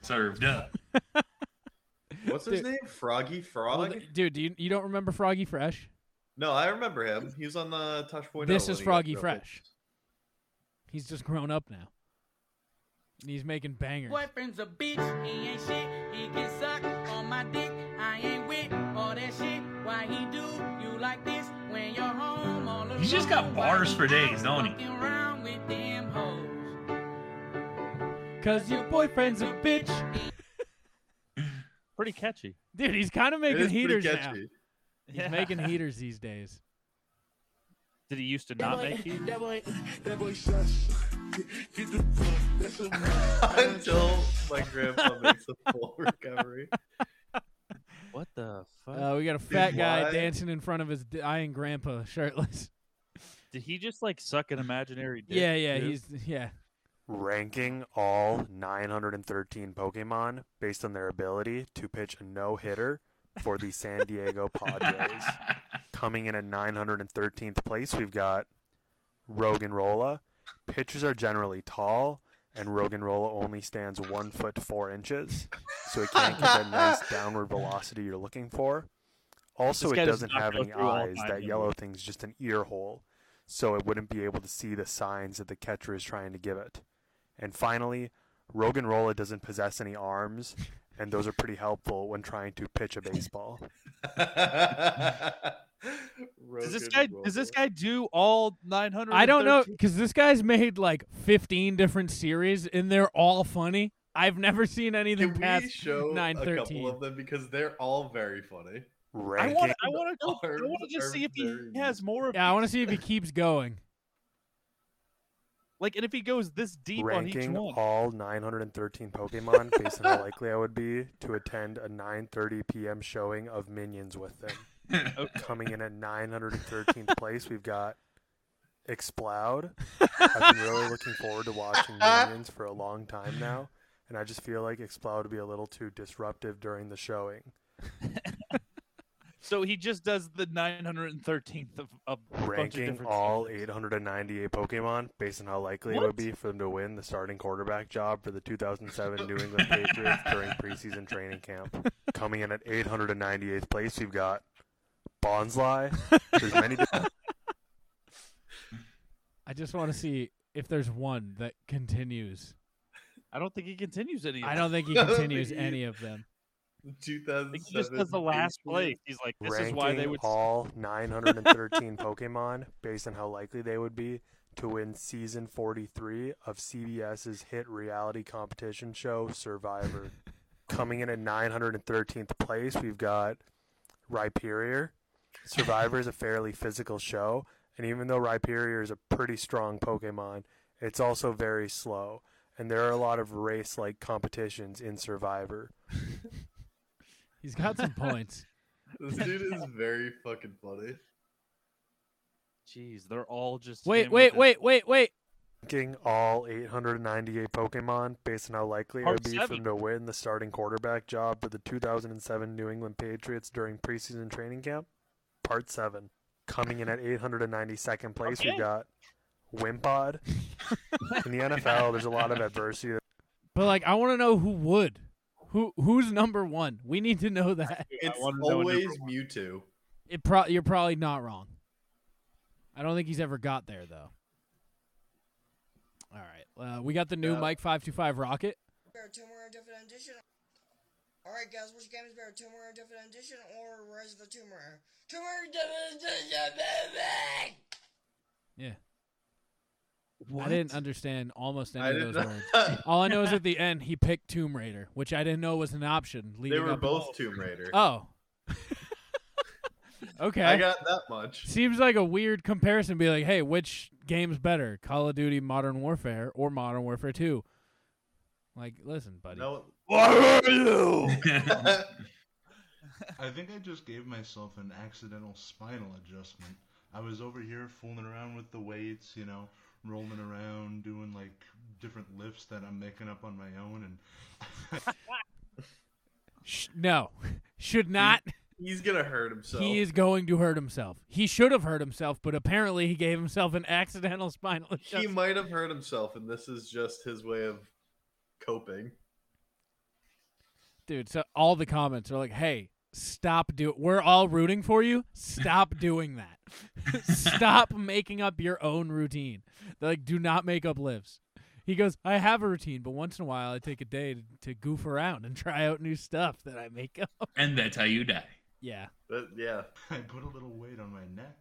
[SPEAKER 7] Served up.
[SPEAKER 2] What's his
[SPEAKER 1] Dude.
[SPEAKER 2] name? Froggy
[SPEAKER 1] Well,
[SPEAKER 2] Frog?
[SPEAKER 1] th- dude, do you, you don't remember Froggy Fresh?
[SPEAKER 2] No, I remember him. He was on the Tosh Point.
[SPEAKER 1] This is Froggy Fresh. He's just grown up now. And he's making bangers.
[SPEAKER 5] Boyfriend's a bitch, he ain't shit, he can suck on my dick. I ain't with all that shit. Why he do you like this when you're home all alone?
[SPEAKER 7] He's just got bars for days, don't he?
[SPEAKER 5] Fucking around with them hoes.
[SPEAKER 1] Cause your boyfriend's a bitch.
[SPEAKER 6] Pretty catchy.
[SPEAKER 1] Dude, he's kind of making heaters now. He's
[SPEAKER 6] Yeah.
[SPEAKER 1] making heaters these days.
[SPEAKER 6] Did he used to not make heat?
[SPEAKER 8] That boy,
[SPEAKER 2] Until my grandpa makes a full recovery.
[SPEAKER 6] What the fuck?
[SPEAKER 1] Uh, we got a fat guy
[SPEAKER 2] why?
[SPEAKER 1] dancing in front of his dying grandpa shirtless.
[SPEAKER 6] Did he just like suck an imaginary dick?
[SPEAKER 1] Yeah, yeah,
[SPEAKER 6] too?
[SPEAKER 1] he's yeah.
[SPEAKER 9] ranking all 913 Pokemon based on their ability to pitch a no hitter for the San Diego Padres. Coming in at 913th place, we've got Rogan Rolla. Pitchers are generally tall, and Rogan Rolla only stands one foot four inches, so it can't get that nice downward velocity you're looking for. Also,
[SPEAKER 6] This
[SPEAKER 9] it
[SPEAKER 6] guy does
[SPEAKER 9] doesn't
[SPEAKER 6] not
[SPEAKER 9] have
[SPEAKER 6] go
[SPEAKER 9] any
[SPEAKER 6] through all
[SPEAKER 9] eyes.
[SPEAKER 6] five
[SPEAKER 9] That
[SPEAKER 6] of
[SPEAKER 9] yellow thing's just an ear hole, so it wouldn't be able to see the signs that the catcher is trying to give it. And finally, Rogan Rolla doesn't possess any arms, and those are pretty helpful when trying to pitch a baseball.
[SPEAKER 6] Does this guy does this guy do all 900?
[SPEAKER 1] I don't know because this guy's made like 15 different series and they're all funny. I've never seen anything
[SPEAKER 2] Can we
[SPEAKER 1] past
[SPEAKER 2] show a couple
[SPEAKER 1] 913.
[SPEAKER 2] of them because they're all very funny?
[SPEAKER 6] I
[SPEAKER 9] Ranking,
[SPEAKER 6] want I want to go. I
[SPEAKER 2] Arms
[SPEAKER 6] want to
[SPEAKER 2] are
[SPEAKER 6] just see if he
[SPEAKER 2] very-
[SPEAKER 6] has more of
[SPEAKER 1] yeah, I want to
[SPEAKER 6] these.
[SPEAKER 1] see if he keeps going.
[SPEAKER 6] like and if he goes this deep on each
[SPEAKER 9] ranking
[SPEAKER 6] one.
[SPEAKER 9] all 913 Pokemon based on how likely I would be to attend a 9:30 p.m. showing of Minions with them. Coming in at 913th place, we've got Exploud. I've been really looking forward to watching Minions for a long time now, and I just feel like Exploud would be a little too disruptive during the showing.
[SPEAKER 6] So he just does the 913th of, of a bunch of
[SPEAKER 9] Ranking
[SPEAKER 6] different
[SPEAKER 9] all 898 Pokemon based on how likely it would be for them to win the starting quarterback job for the 2007 New England Patriots during preseason training camp. Coming in at 898th place, we've got Bonsly. There's many
[SPEAKER 1] I just want to see if there's one that continues.
[SPEAKER 6] I don't think he continues any. of
[SPEAKER 1] I
[SPEAKER 6] them.
[SPEAKER 1] don't think he
[SPEAKER 2] I don't
[SPEAKER 1] continues
[SPEAKER 2] think he-
[SPEAKER 1] any of them.
[SPEAKER 2] The
[SPEAKER 6] I
[SPEAKER 2] 2007.
[SPEAKER 6] think he just does the last place. He's like, this
[SPEAKER 9] ranking
[SPEAKER 6] is why they would.
[SPEAKER 9] all 913 Pokemon based on how likely they would be to win season 43 of CBS's hit reality competition show Survivor. Coming in at 913th place, we've got Rhyperior. Survivor is a fairly physical show, and even though Rhyperior is a pretty strong Pokemon, it's also very slow. And there are a lot of race like competitions in Survivor.
[SPEAKER 1] He's got some points.
[SPEAKER 2] This dude is very fucking funny.
[SPEAKER 6] Jeez, they're all just.
[SPEAKER 1] Wait,
[SPEAKER 6] him
[SPEAKER 1] wait,
[SPEAKER 6] with a-
[SPEAKER 1] wait, wait, wait.
[SPEAKER 9] ranking all 898 Pokemon based on how likely it
[SPEAKER 6] Part
[SPEAKER 9] would be for
[SPEAKER 6] seven.
[SPEAKER 9] them to win the starting quarterback job for the 2007 New England Patriots during preseason training camp. Part 7. Coming in at 892nd place, we
[SPEAKER 6] Okay.
[SPEAKER 9] got Wimpod. in the NFL, there's a lot of adversity
[SPEAKER 1] But like, I want to know who would, who who's number one. We need to know that.
[SPEAKER 2] It's
[SPEAKER 6] wanna know a
[SPEAKER 2] always
[SPEAKER 6] number one.
[SPEAKER 2] Mewtwo.
[SPEAKER 1] It pro- you're probably not wrong. I don't think he's ever got there though. All right, uh, we got the new
[SPEAKER 2] Yeah.
[SPEAKER 1] Mike Five Two Five Rocket.
[SPEAKER 10] Tumor and Diffident Edition. Alright, guys, which game is better, Tumor and Diffident Edition or Rise of the Tumor? Tumor and Diffident Edition, baby!
[SPEAKER 1] Yeah. I didn't understand almost any
[SPEAKER 2] I
[SPEAKER 1] of
[SPEAKER 2] did
[SPEAKER 1] those
[SPEAKER 2] not.
[SPEAKER 1] words. All I know is at the end he picked Tomb Raider, which I didn't know was an option.
[SPEAKER 2] They
[SPEAKER 1] Leading
[SPEAKER 2] were
[SPEAKER 1] up-
[SPEAKER 2] both Tomb Raider.
[SPEAKER 1] Oh. okay.
[SPEAKER 2] I got that much.
[SPEAKER 1] Seems like a weird comparison. to Be like, hey, which game's better, Call of Duty Modern Warfare or Modern Warfare Two? Like, listen, buddy.
[SPEAKER 2] No,
[SPEAKER 11] I think I just gave myself an accidental spinal adjustment. I was over here fooling around with the weights, you know, rolling around, doing like different lifts that I'm making up on my own, and
[SPEAKER 1] Sh- no, should not.
[SPEAKER 2] he's gonna hurt himself.
[SPEAKER 1] He is going to hurt himself. He should have hurt himself, but apparently he gave himself an accidental spinal
[SPEAKER 2] He
[SPEAKER 1] adjustment.
[SPEAKER 2] might have hurt himself, and this is just his way of coping.
[SPEAKER 1] Dude, so all the comments are like, "Hey, stop do. We're all rooting for you. Stop doing that. stop making up your own routine. They're like, do not make up lives." He goes, "I have a routine, but once in a while, I take a day to, to goof around and try out new stuff that I make up."
[SPEAKER 7] and that's how you die.
[SPEAKER 1] Yeah,
[SPEAKER 2] But yeah,
[SPEAKER 11] I put a little weight on my neck,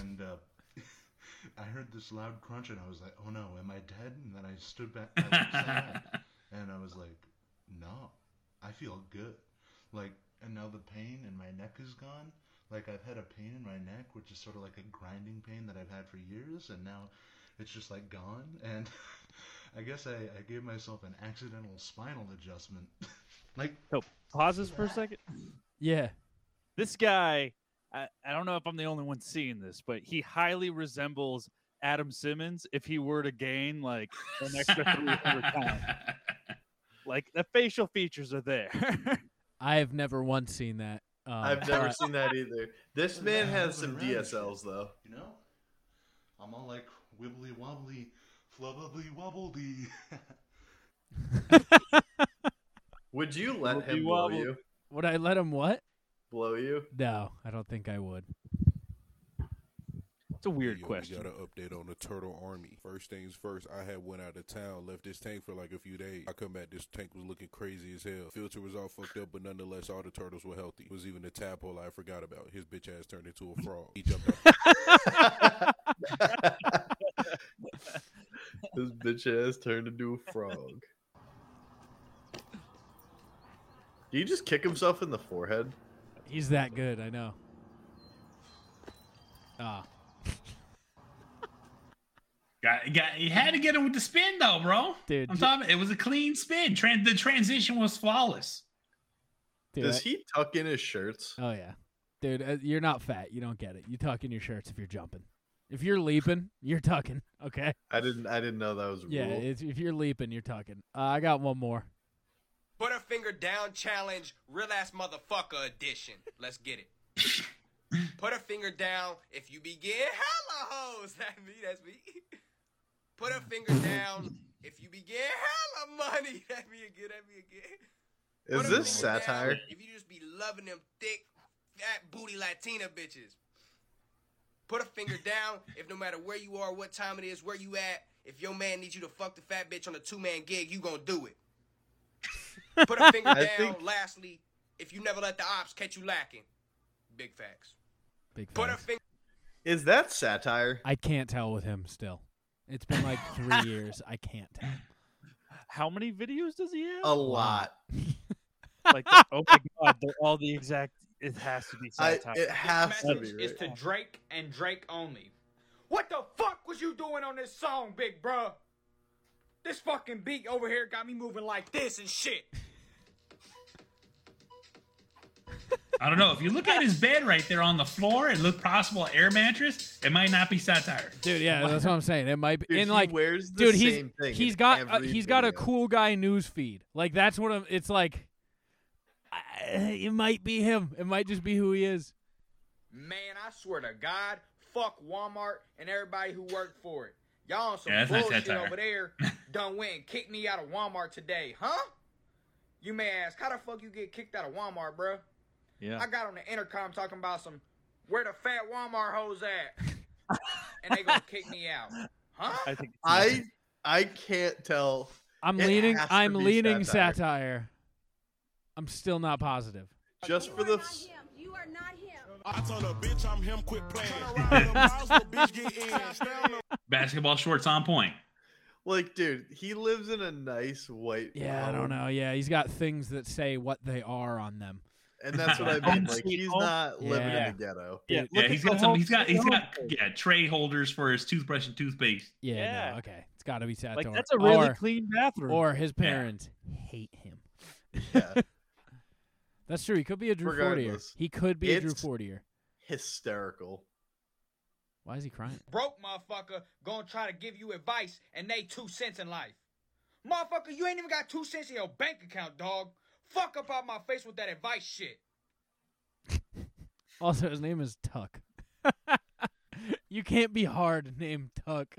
[SPEAKER 11] and uh, I heard this loud crunch, and I was like, "Oh no, am I dead?" And then I stood back, I looked sad, and I was like, "No, I feel good." Like, and now the pain in my neck is gone. Like I've had a pain in my neck, which is sort of like a grinding pain that I've had for years, and now it's just like gone. And I guess I, I gave myself an accidental spinal adjustment. like
[SPEAKER 6] So, pause this for a second.
[SPEAKER 1] yeah.
[SPEAKER 6] This guy, I, I don't know if I'm the only one seeing this, but he highly resembles Adam Simmons if he were to gain like an extra 300 pounds. Like the facial features are there.
[SPEAKER 1] I have never once seen that. Um,
[SPEAKER 2] I've never
[SPEAKER 1] but-
[SPEAKER 2] seen that either. This man has some DSLs though.
[SPEAKER 11] You know, I'm all like wibbly wobbly, flubbly wobbly.
[SPEAKER 2] Would you let
[SPEAKER 1] Would
[SPEAKER 2] him
[SPEAKER 1] you,
[SPEAKER 2] blow
[SPEAKER 1] um,
[SPEAKER 2] you?
[SPEAKER 1] Would I let him what?
[SPEAKER 2] Blow you?
[SPEAKER 1] No, I don't think I would.
[SPEAKER 6] It's a weird
[SPEAKER 12] question. We got an update on the turtle army. First things first, I had went out of town, left this tank for like a few days. I come back, this tank was looking crazy as hell. Filter was all fucked up, but nonetheless, all the turtles were healthy. It was even the tadpole I forgot about. His bitch ass turned into a frog. He jumped out.
[SPEAKER 2] This bitch ass turned into a frog. Did he just kick himself in the forehead?
[SPEAKER 1] He's that good, I know. Ah,
[SPEAKER 7] Got, got, you had to get him with the spin though, bro.
[SPEAKER 1] Dude,
[SPEAKER 7] I'm talking. It was a clean spin. Tran- the transition was flawless.
[SPEAKER 1] dude,
[SPEAKER 2] Does
[SPEAKER 1] I-
[SPEAKER 2] he tuck in his shirts?
[SPEAKER 1] Oh yeah, dude, uh, you're not fat. You don't get it. You tuck in your shirts if you're jumping. If you're leaping, you're tucking. Okay.
[SPEAKER 2] I didn't. I didn't know that was a
[SPEAKER 1] Yeah,
[SPEAKER 2] rule.
[SPEAKER 1] it's, if you're leaping, you're tucking. Uh, I got one more.
[SPEAKER 13] Butterfinger down challenge, real ass motherfucker edition. Let's get it. Put a finger down if you be getting hella hoes. That's me. That's me. Put a finger down if you be getting hella money. That's me again. That's me again.
[SPEAKER 2] Is
[SPEAKER 13] Put a
[SPEAKER 2] this
[SPEAKER 13] finger down
[SPEAKER 2] satire?
[SPEAKER 13] If you just be loving them thick, fat booty Latina bitches. Put a finger down if no matter where you are, what time it is, where you at, if your man needs you to fuck the fat bitch on a two man gig, you gonna do it. Put a finger
[SPEAKER 2] I
[SPEAKER 13] down.
[SPEAKER 2] think-
[SPEAKER 13] Lastly, if you never let the ops catch you lacking, big facts.
[SPEAKER 1] Big
[SPEAKER 13] Put a
[SPEAKER 1] facts.
[SPEAKER 13] finger.
[SPEAKER 2] Is that satire?
[SPEAKER 1] I can't tell with him still. It's been like three years. I can't tell.
[SPEAKER 6] How many videos does he have?
[SPEAKER 2] A lot.
[SPEAKER 6] Like, the- oh my god, they're all the exact. It has to be
[SPEAKER 2] I-
[SPEAKER 6] satire.
[SPEAKER 2] it has to be.
[SPEAKER 14] It's to Drake and Drake only. What the fuck was you doing on this song, big bruh? This fucking beat over here got me moving like this and shit.
[SPEAKER 7] I don't know. If you look at his bed right there on the floor, it looked possible air mattress. It might not be satire,
[SPEAKER 1] dude. Yeah, that's what I'm saying. It might be
[SPEAKER 7] Dude,
[SPEAKER 1] in
[SPEAKER 7] he
[SPEAKER 1] like
[SPEAKER 7] wears the
[SPEAKER 1] dude. He's
[SPEAKER 7] same thing in
[SPEAKER 1] he's got uh,
[SPEAKER 7] every
[SPEAKER 1] he's got a
[SPEAKER 7] video.
[SPEAKER 1] cool guy news feed. Like that's what I'm, it's like. I, it might be him. It might just be who he is.
[SPEAKER 14] Man, I swear to God, fuck Walmart and everybody who worked for it. Y'all on some
[SPEAKER 7] Yeah, that's not
[SPEAKER 14] bullshit
[SPEAKER 7] satire.
[SPEAKER 14] over there done went and kicked me out of Walmart today, huh? You may ask, how the fuck you get kicked out of Walmart, bruh?
[SPEAKER 6] Yeah.
[SPEAKER 14] I got on the intercom talking about some where the fat Walmart hoes at. and they gonna kick me out. Huh?
[SPEAKER 6] I think
[SPEAKER 2] I I can't tell.
[SPEAKER 1] I'm
[SPEAKER 2] It
[SPEAKER 1] leaning.
[SPEAKER 2] has to
[SPEAKER 1] I'm
[SPEAKER 2] be
[SPEAKER 1] leaning
[SPEAKER 2] satire.
[SPEAKER 1] satire. I'm still not positive.
[SPEAKER 2] Just for the
[SPEAKER 15] You are not him.
[SPEAKER 16] I told a bitch I'm him, quit playing. Turn around, them miles, little bitch get in. Stay on the
[SPEAKER 7] basketball shorts on point.
[SPEAKER 2] like, dude. He lives in a nice white.
[SPEAKER 1] Yeah, I
[SPEAKER 2] home,
[SPEAKER 1] don't know. Yeah, he's got things that say what they are on them.
[SPEAKER 2] and that's what I mean. Like, he's not living
[SPEAKER 1] Yeah.
[SPEAKER 2] in the ghetto.
[SPEAKER 7] Yeah, yeah he's got some. He's got he's got yeah tray holders for his toothbrush and toothpaste.
[SPEAKER 1] Yeah, No, okay, it's got to be satire.
[SPEAKER 6] that's a really
[SPEAKER 1] Or-
[SPEAKER 6] clean bathroom.
[SPEAKER 1] Or his parents hate him. that's true. He could be a Drew Fortier.
[SPEAKER 2] Regardless,
[SPEAKER 1] He could be a Drew
[SPEAKER 2] it's-
[SPEAKER 1] Fortier.
[SPEAKER 2] hysterical.
[SPEAKER 1] Why is he crying?
[SPEAKER 14] broke motherfucker gonna try to give you advice and they two cents in life. Motherfucker, you ain't even got two cents in your bank account, dog. Fuck up out my face with that advice shit.
[SPEAKER 1] Also, his name is Tuck. you can't be hard named Tuck.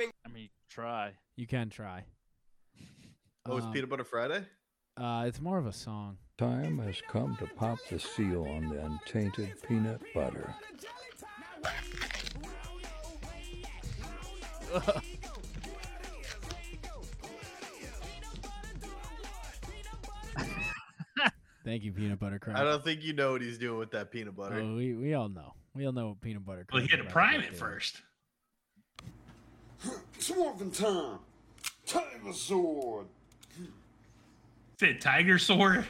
[SPEAKER 6] I mean, try.
[SPEAKER 1] You can try.
[SPEAKER 2] Oh, it's
[SPEAKER 1] Um,
[SPEAKER 2] Peanut Butter Friday.
[SPEAKER 1] Uh, it's more of a song.
[SPEAKER 17] Time has come to pop the seal on the untainted peanut butter.
[SPEAKER 1] Thank you, Peanut Butter Crunch.
[SPEAKER 2] I don't think you know what he's doing with that peanut butter.
[SPEAKER 1] Oh, we we all know. We all know what peanut butter.
[SPEAKER 2] Well, he
[SPEAKER 1] Crunch
[SPEAKER 2] had to
[SPEAKER 1] is
[SPEAKER 2] prime
[SPEAKER 1] about
[SPEAKER 2] it
[SPEAKER 1] do.
[SPEAKER 2] first.
[SPEAKER 16] Swerving time. Tiger sword.
[SPEAKER 7] Said tiger sword.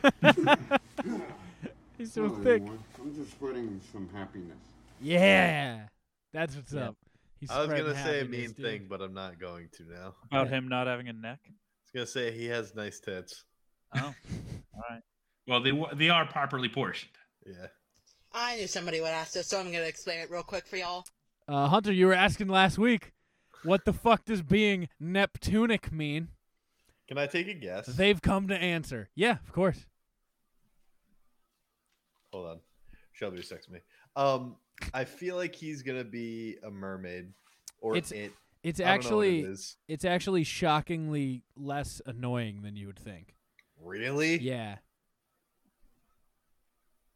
[SPEAKER 1] He's
[SPEAKER 7] so
[SPEAKER 16] Hello,
[SPEAKER 7] thick.
[SPEAKER 16] everyone. I'm just spreading some happiness.
[SPEAKER 1] Yeah, that's what's
[SPEAKER 2] Yeah.
[SPEAKER 1] up. He's
[SPEAKER 2] I was
[SPEAKER 1] spreading
[SPEAKER 2] gonna say a
[SPEAKER 1] happiness,
[SPEAKER 2] mean
[SPEAKER 1] dude.
[SPEAKER 2] thing, but I'm not going to now.
[SPEAKER 6] About him not having a neck.
[SPEAKER 2] I was gonna say he has nice tits.
[SPEAKER 6] Oh, all right.
[SPEAKER 7] Well, they wa- they are properly portioned.
[SPEAKER 2] Yeah.
[SPEAKER 18] I knew somebody would ask this, so I'm going to explain it real quick for y'all.
[SPEAKER 1] Uh, Hunter, you were asking last week, what the fuck does being Neptunic mean?
[SPEAKER 2] Can I take a guess?
[SPEAKER 1] They've come to answer. Yeah, of course.
[SPEAKER 2] Hold on. Shelby sex me. Um, I feel like he's gonna be a mermaid, or
[SPEAKER 1] It's-
[SPEAKER 2] it.
[SPEAKER 1] It's
[SPEAKER 2] I don't know what
[SPEAKER 1] actually
[SPEAKER 2] it is.
[SPEAKER 1] it's actually shockingly less annoying than you would think.
[SPEAKER 2] Really?
[SPEAKER 1] Yeah.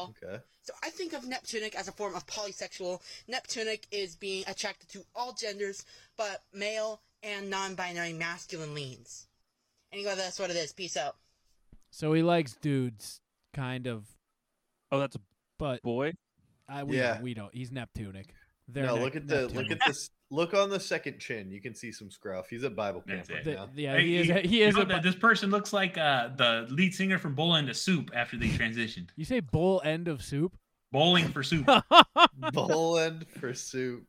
[SPEAKER 2] Okay.
[SPEAKER 18] So I think of Neptunic as a form of polysexual. Neptunic is being attracted to all genders, but male and non-binary masculine leans. And you go, that's what it is. Peace out.
[SPEAKER 1] So he likes dudes, kind of.
[SPEAKER 6] Oh, that's a
[SPEAKER 1] but
[SPEAKER 6] boy.
[SPEAKER 1] I we
[SPEAKER 2] Yeah.
[SPEAKER 1] don't, we don't. He's Neptunic. They're
[SPEAKER 2] No,
[SPEAKER 1] Nep-
[SPEAKER 2] look at the look
[SPEAKER 1] Neptunic.
[SPEAKER 2] at this. Look on the second chin. You can see some scruff. He's at Bible camp right
[SPEAKER 1] The-
[SPEAKER 2] now.
[SPEAKER 1] yeah,
[SPEAKER 7] Hey,
[SPEAKER 1] he is.
[SPEAKER 7] you-
[SPEAKER 1] He
[SPEAKER 7] you
[SPEAKER 1] is.
[SPEAKER 7] know
[SPEAKER 1] a
[SPEAKER 7] that this person looks like uh, the lead singer from Bowling to Soup after they transitioned.
[SPEAKER 1] You say bowl end of soup?
[SPEAKER 7] Bowling for Soup.
[SPEAKER 2] Bowling for Soup.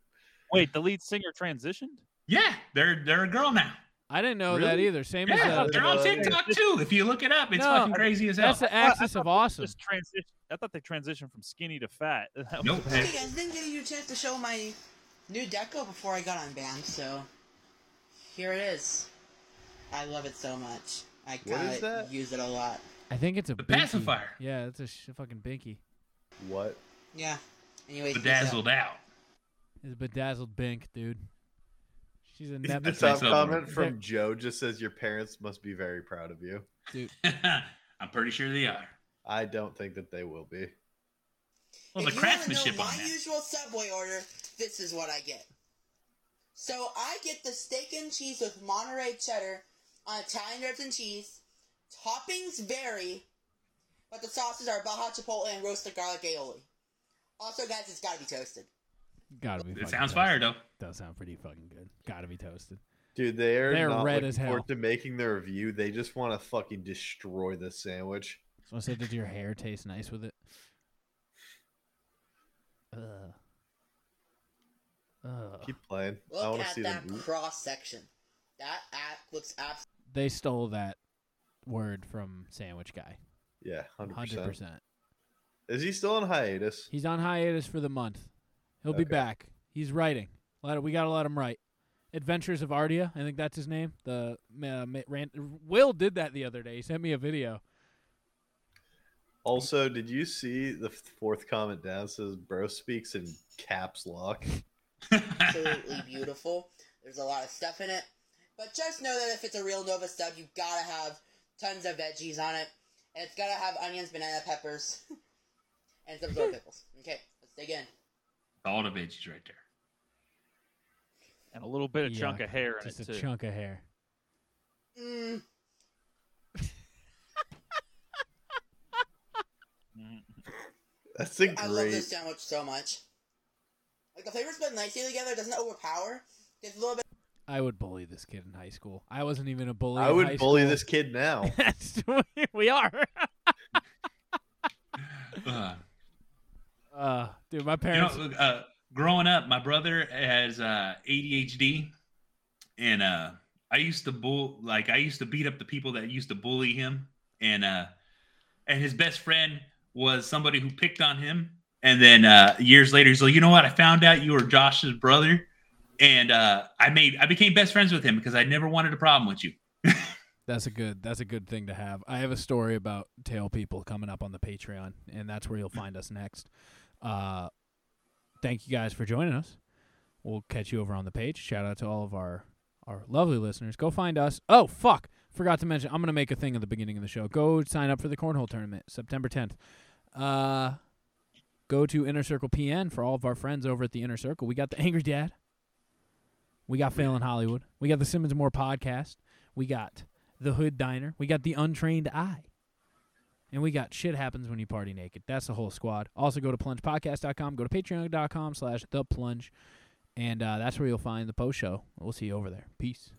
[SPEAKER 6] Wait, the lead singer transitioned?
[SPEAKER 7] Yeah, they're they're a girl now.
[SPEAKER 1] I didn't know that
[SPEAKER 6] Really?
[SPEAKER 1] either. Same as
[SPEAKER 7] Yeah,
[SPEAKER 1] the-
[SPEAKER 7] they're on TikTok too. If you look it up, it's
[SPEAKER 1] No,
[SPEAKER 7] fucking crazy as hell.
[SPEAKER 1] That's the axis of awesome.
[SPEAKER 6] Just transition. I thought they transitioned from skinny to fat. That
[SPEAKER 7] Nope.
[SPEAKER 2] Eh.
[SPEAKER 6] was-
[SPEAKER 18] Hey guys, didn't give you a chance to show my new deco before I got on band, so here it is. I love it so much. I
[SPEAKER 2] What is
[SPEAKER 18] kinda use it a lot.
[SPEAKER 1] I think it's a
[SPEAKER 7] The
[SPEAKER 1] binky.
[SPEAKER 7] pacifier.
[SPEAKER 1] Yeah, it's a sh- fucking binky.
[SPEAKER 2] What?
[SPEAKER 18] Yeah. Anyways, peace
[SPEAKER 7] Bedazzled out.
[SPEAKER 1] It's a bedazzled bink, dude. She's a Neptunic.
[SPEAKER 2] The top comment from Joe just says your parents must be very proud of you.
[SPEAKER 1] Dude.
[SPEAKER 7] I'm pretty sure they are.
[SPEAKER 2] I don't think that they will be.
[SPEAKER 7] Well,
[SPEAKER 18] if
[SPEAKER 7] the
[SPEAKER 18] you wanna
[SPEAKER 7] craftsmanship
[SPEAKER 18] know
[SPEAKER 7] on
[SPEAKER 18] my
[SPEAKER 7] that.
[SPEAKER 18] usual Subway order, this is what I get. So I get the steak and cheese with Monterey cheddar on Italian ribs and cheese. Toppings vary, but the sauces are Baja Chipotle and roasted garlic aioli. Also, guys, it's gotta be toasted.
[SPEAKER 1] Gotta be.
[SPEAKER 7] It
[SPEAKER 1] fucking
[SPEAKER 7] sounds
[SPEAKER 1] toasted.
[SPEAKER 7] fire, though.
[SPEAKER 1] Does sound pretty fucking good. Gotta be toasted.
[SPEAKER 2] Dude, they are
[SPEAKER 1] They're
[SPEAKER 2] not
[SPEAKER 1] red
[SPEAKER 2] looking
[SPEAKER 1] as hell.
[SPEAKER 2] forward to making the review. They just want to fucking destroy this sandwich.
[SPEAKER 1] So I said, did your hair taste nice with it? Ugh. Ugh.
[SPEAKER 2] Keep playing. I
[SPEAKER 18] Look
[SPEAKER 2] want to
[SPEAKER 18] at
[SPEAKER 2] see
[SPEAKER 18] that
[SPEAKER 2] them. eat.
[SPEAKER 18] cross section. That app looks absolutely.
[SPEAKER 1] They stole that word from Sandwich Guy.
[SPEAKER 2] Yeah, hundred percent.
[SPEAKER 1] 100%.
[SPEAKER 2] Is he still on hiatus?
[SPEAKER 1] He's on hiatus for the month. He'll be
[SPEAKER 2] Okay.
[SPEAKER 1] back. He's writing. Let it- we gotta let him write. Adventures of Ardia, I think that's his name. The uh, ma- ran- Will did that the other day. He sent me a video.
[SPEAKER 2] Also, did you see the fourth comment down says bro speaks in caps lock?
[SPEAKER 18] absolutely beautiful. There's a lot of stuff in it. But just know that if it's a real Nova sub, you've got to have tons of veggies on it. And it's got to have onions, banana peppers, and some sort of pickles. Okay, let's dig in.
[SPEAKER 7] All the veggies right there.
[SPEAKER 6] and a little bit of chunk
[SPEAKER 1] Yuck.
[SPEAKER 6] of hair in
[SPEAKER 1] Just
[SPEAKER 6] it
[SPEAKER 1] a
[SPEAKER 6] too.
[SPEAKER 1] chunk of hair.
[SPEAKER 18] Mm.
[SPEAKER 6] Mm.
[SPEAKER 2] That's a
[SPEAKER 18] I love
[SPEAKER 2] great.
[SPEAKER 18] this sandwich so much. Like, the flavors blend nicely together. It doesn't overpower. It's a little bit
[SPEAKER 1] I would bully this kid in high school. I wasn't even a bully.
[SPEAKER 2] I
[SPEAKER 1] in
[SPEAKER 2] would
[SPEAKER 1] high
[SPEAKER 2] bully
[SPEAKER 1] school.
[SPEAKER 2] this kid now.
[SPEAKER 1] That's what we are.
[SPEAKER 7] Ugh.
[SPEAKER 1] Uh, dude, my
[SPEAKER 7] You
[SPEAKER 1] parents.
[SPEAKER 7] know, uh, growing up, my brother has uh, ADHD, and uh, I used to bull like I used to beat up the people that used to bully him, and uh, and his best friend was somebody who picked on him. And then uh, years later, he's like, "You know what? I found out you were Josh's brother, and uh, I made I became best friends with him because I never wanted a problem with you."
[SPEAKER 1] That's a good. That's a good thing to have. I have a story about tail people coming up on the Patreon, and that's where you'll find us next. Uh, thank you guys for joining us. We'll catch you over on the page. Shout out to all of our our lovely listeners. Go find us. Oh fuck, forgot to mention. I'm gonna make a thing at the beginning of the show. Go sign up for the cornhole tournament, September 10th. Uh, go to Inner Circle PN for all of our friends over at the Inner Circle. We got the Angry Dad. We got Fail in Hollywood. We got the Simmons Moore podcast. We got the Hood Diner. We got the Untrained Eye. And we got shit happens when you party naked. That's the whole squad. Also go to plungepodcast.com. Go to patreon.com slash the plunge. And uh, that's where you'll find the post show. We'll see you over there. Peace.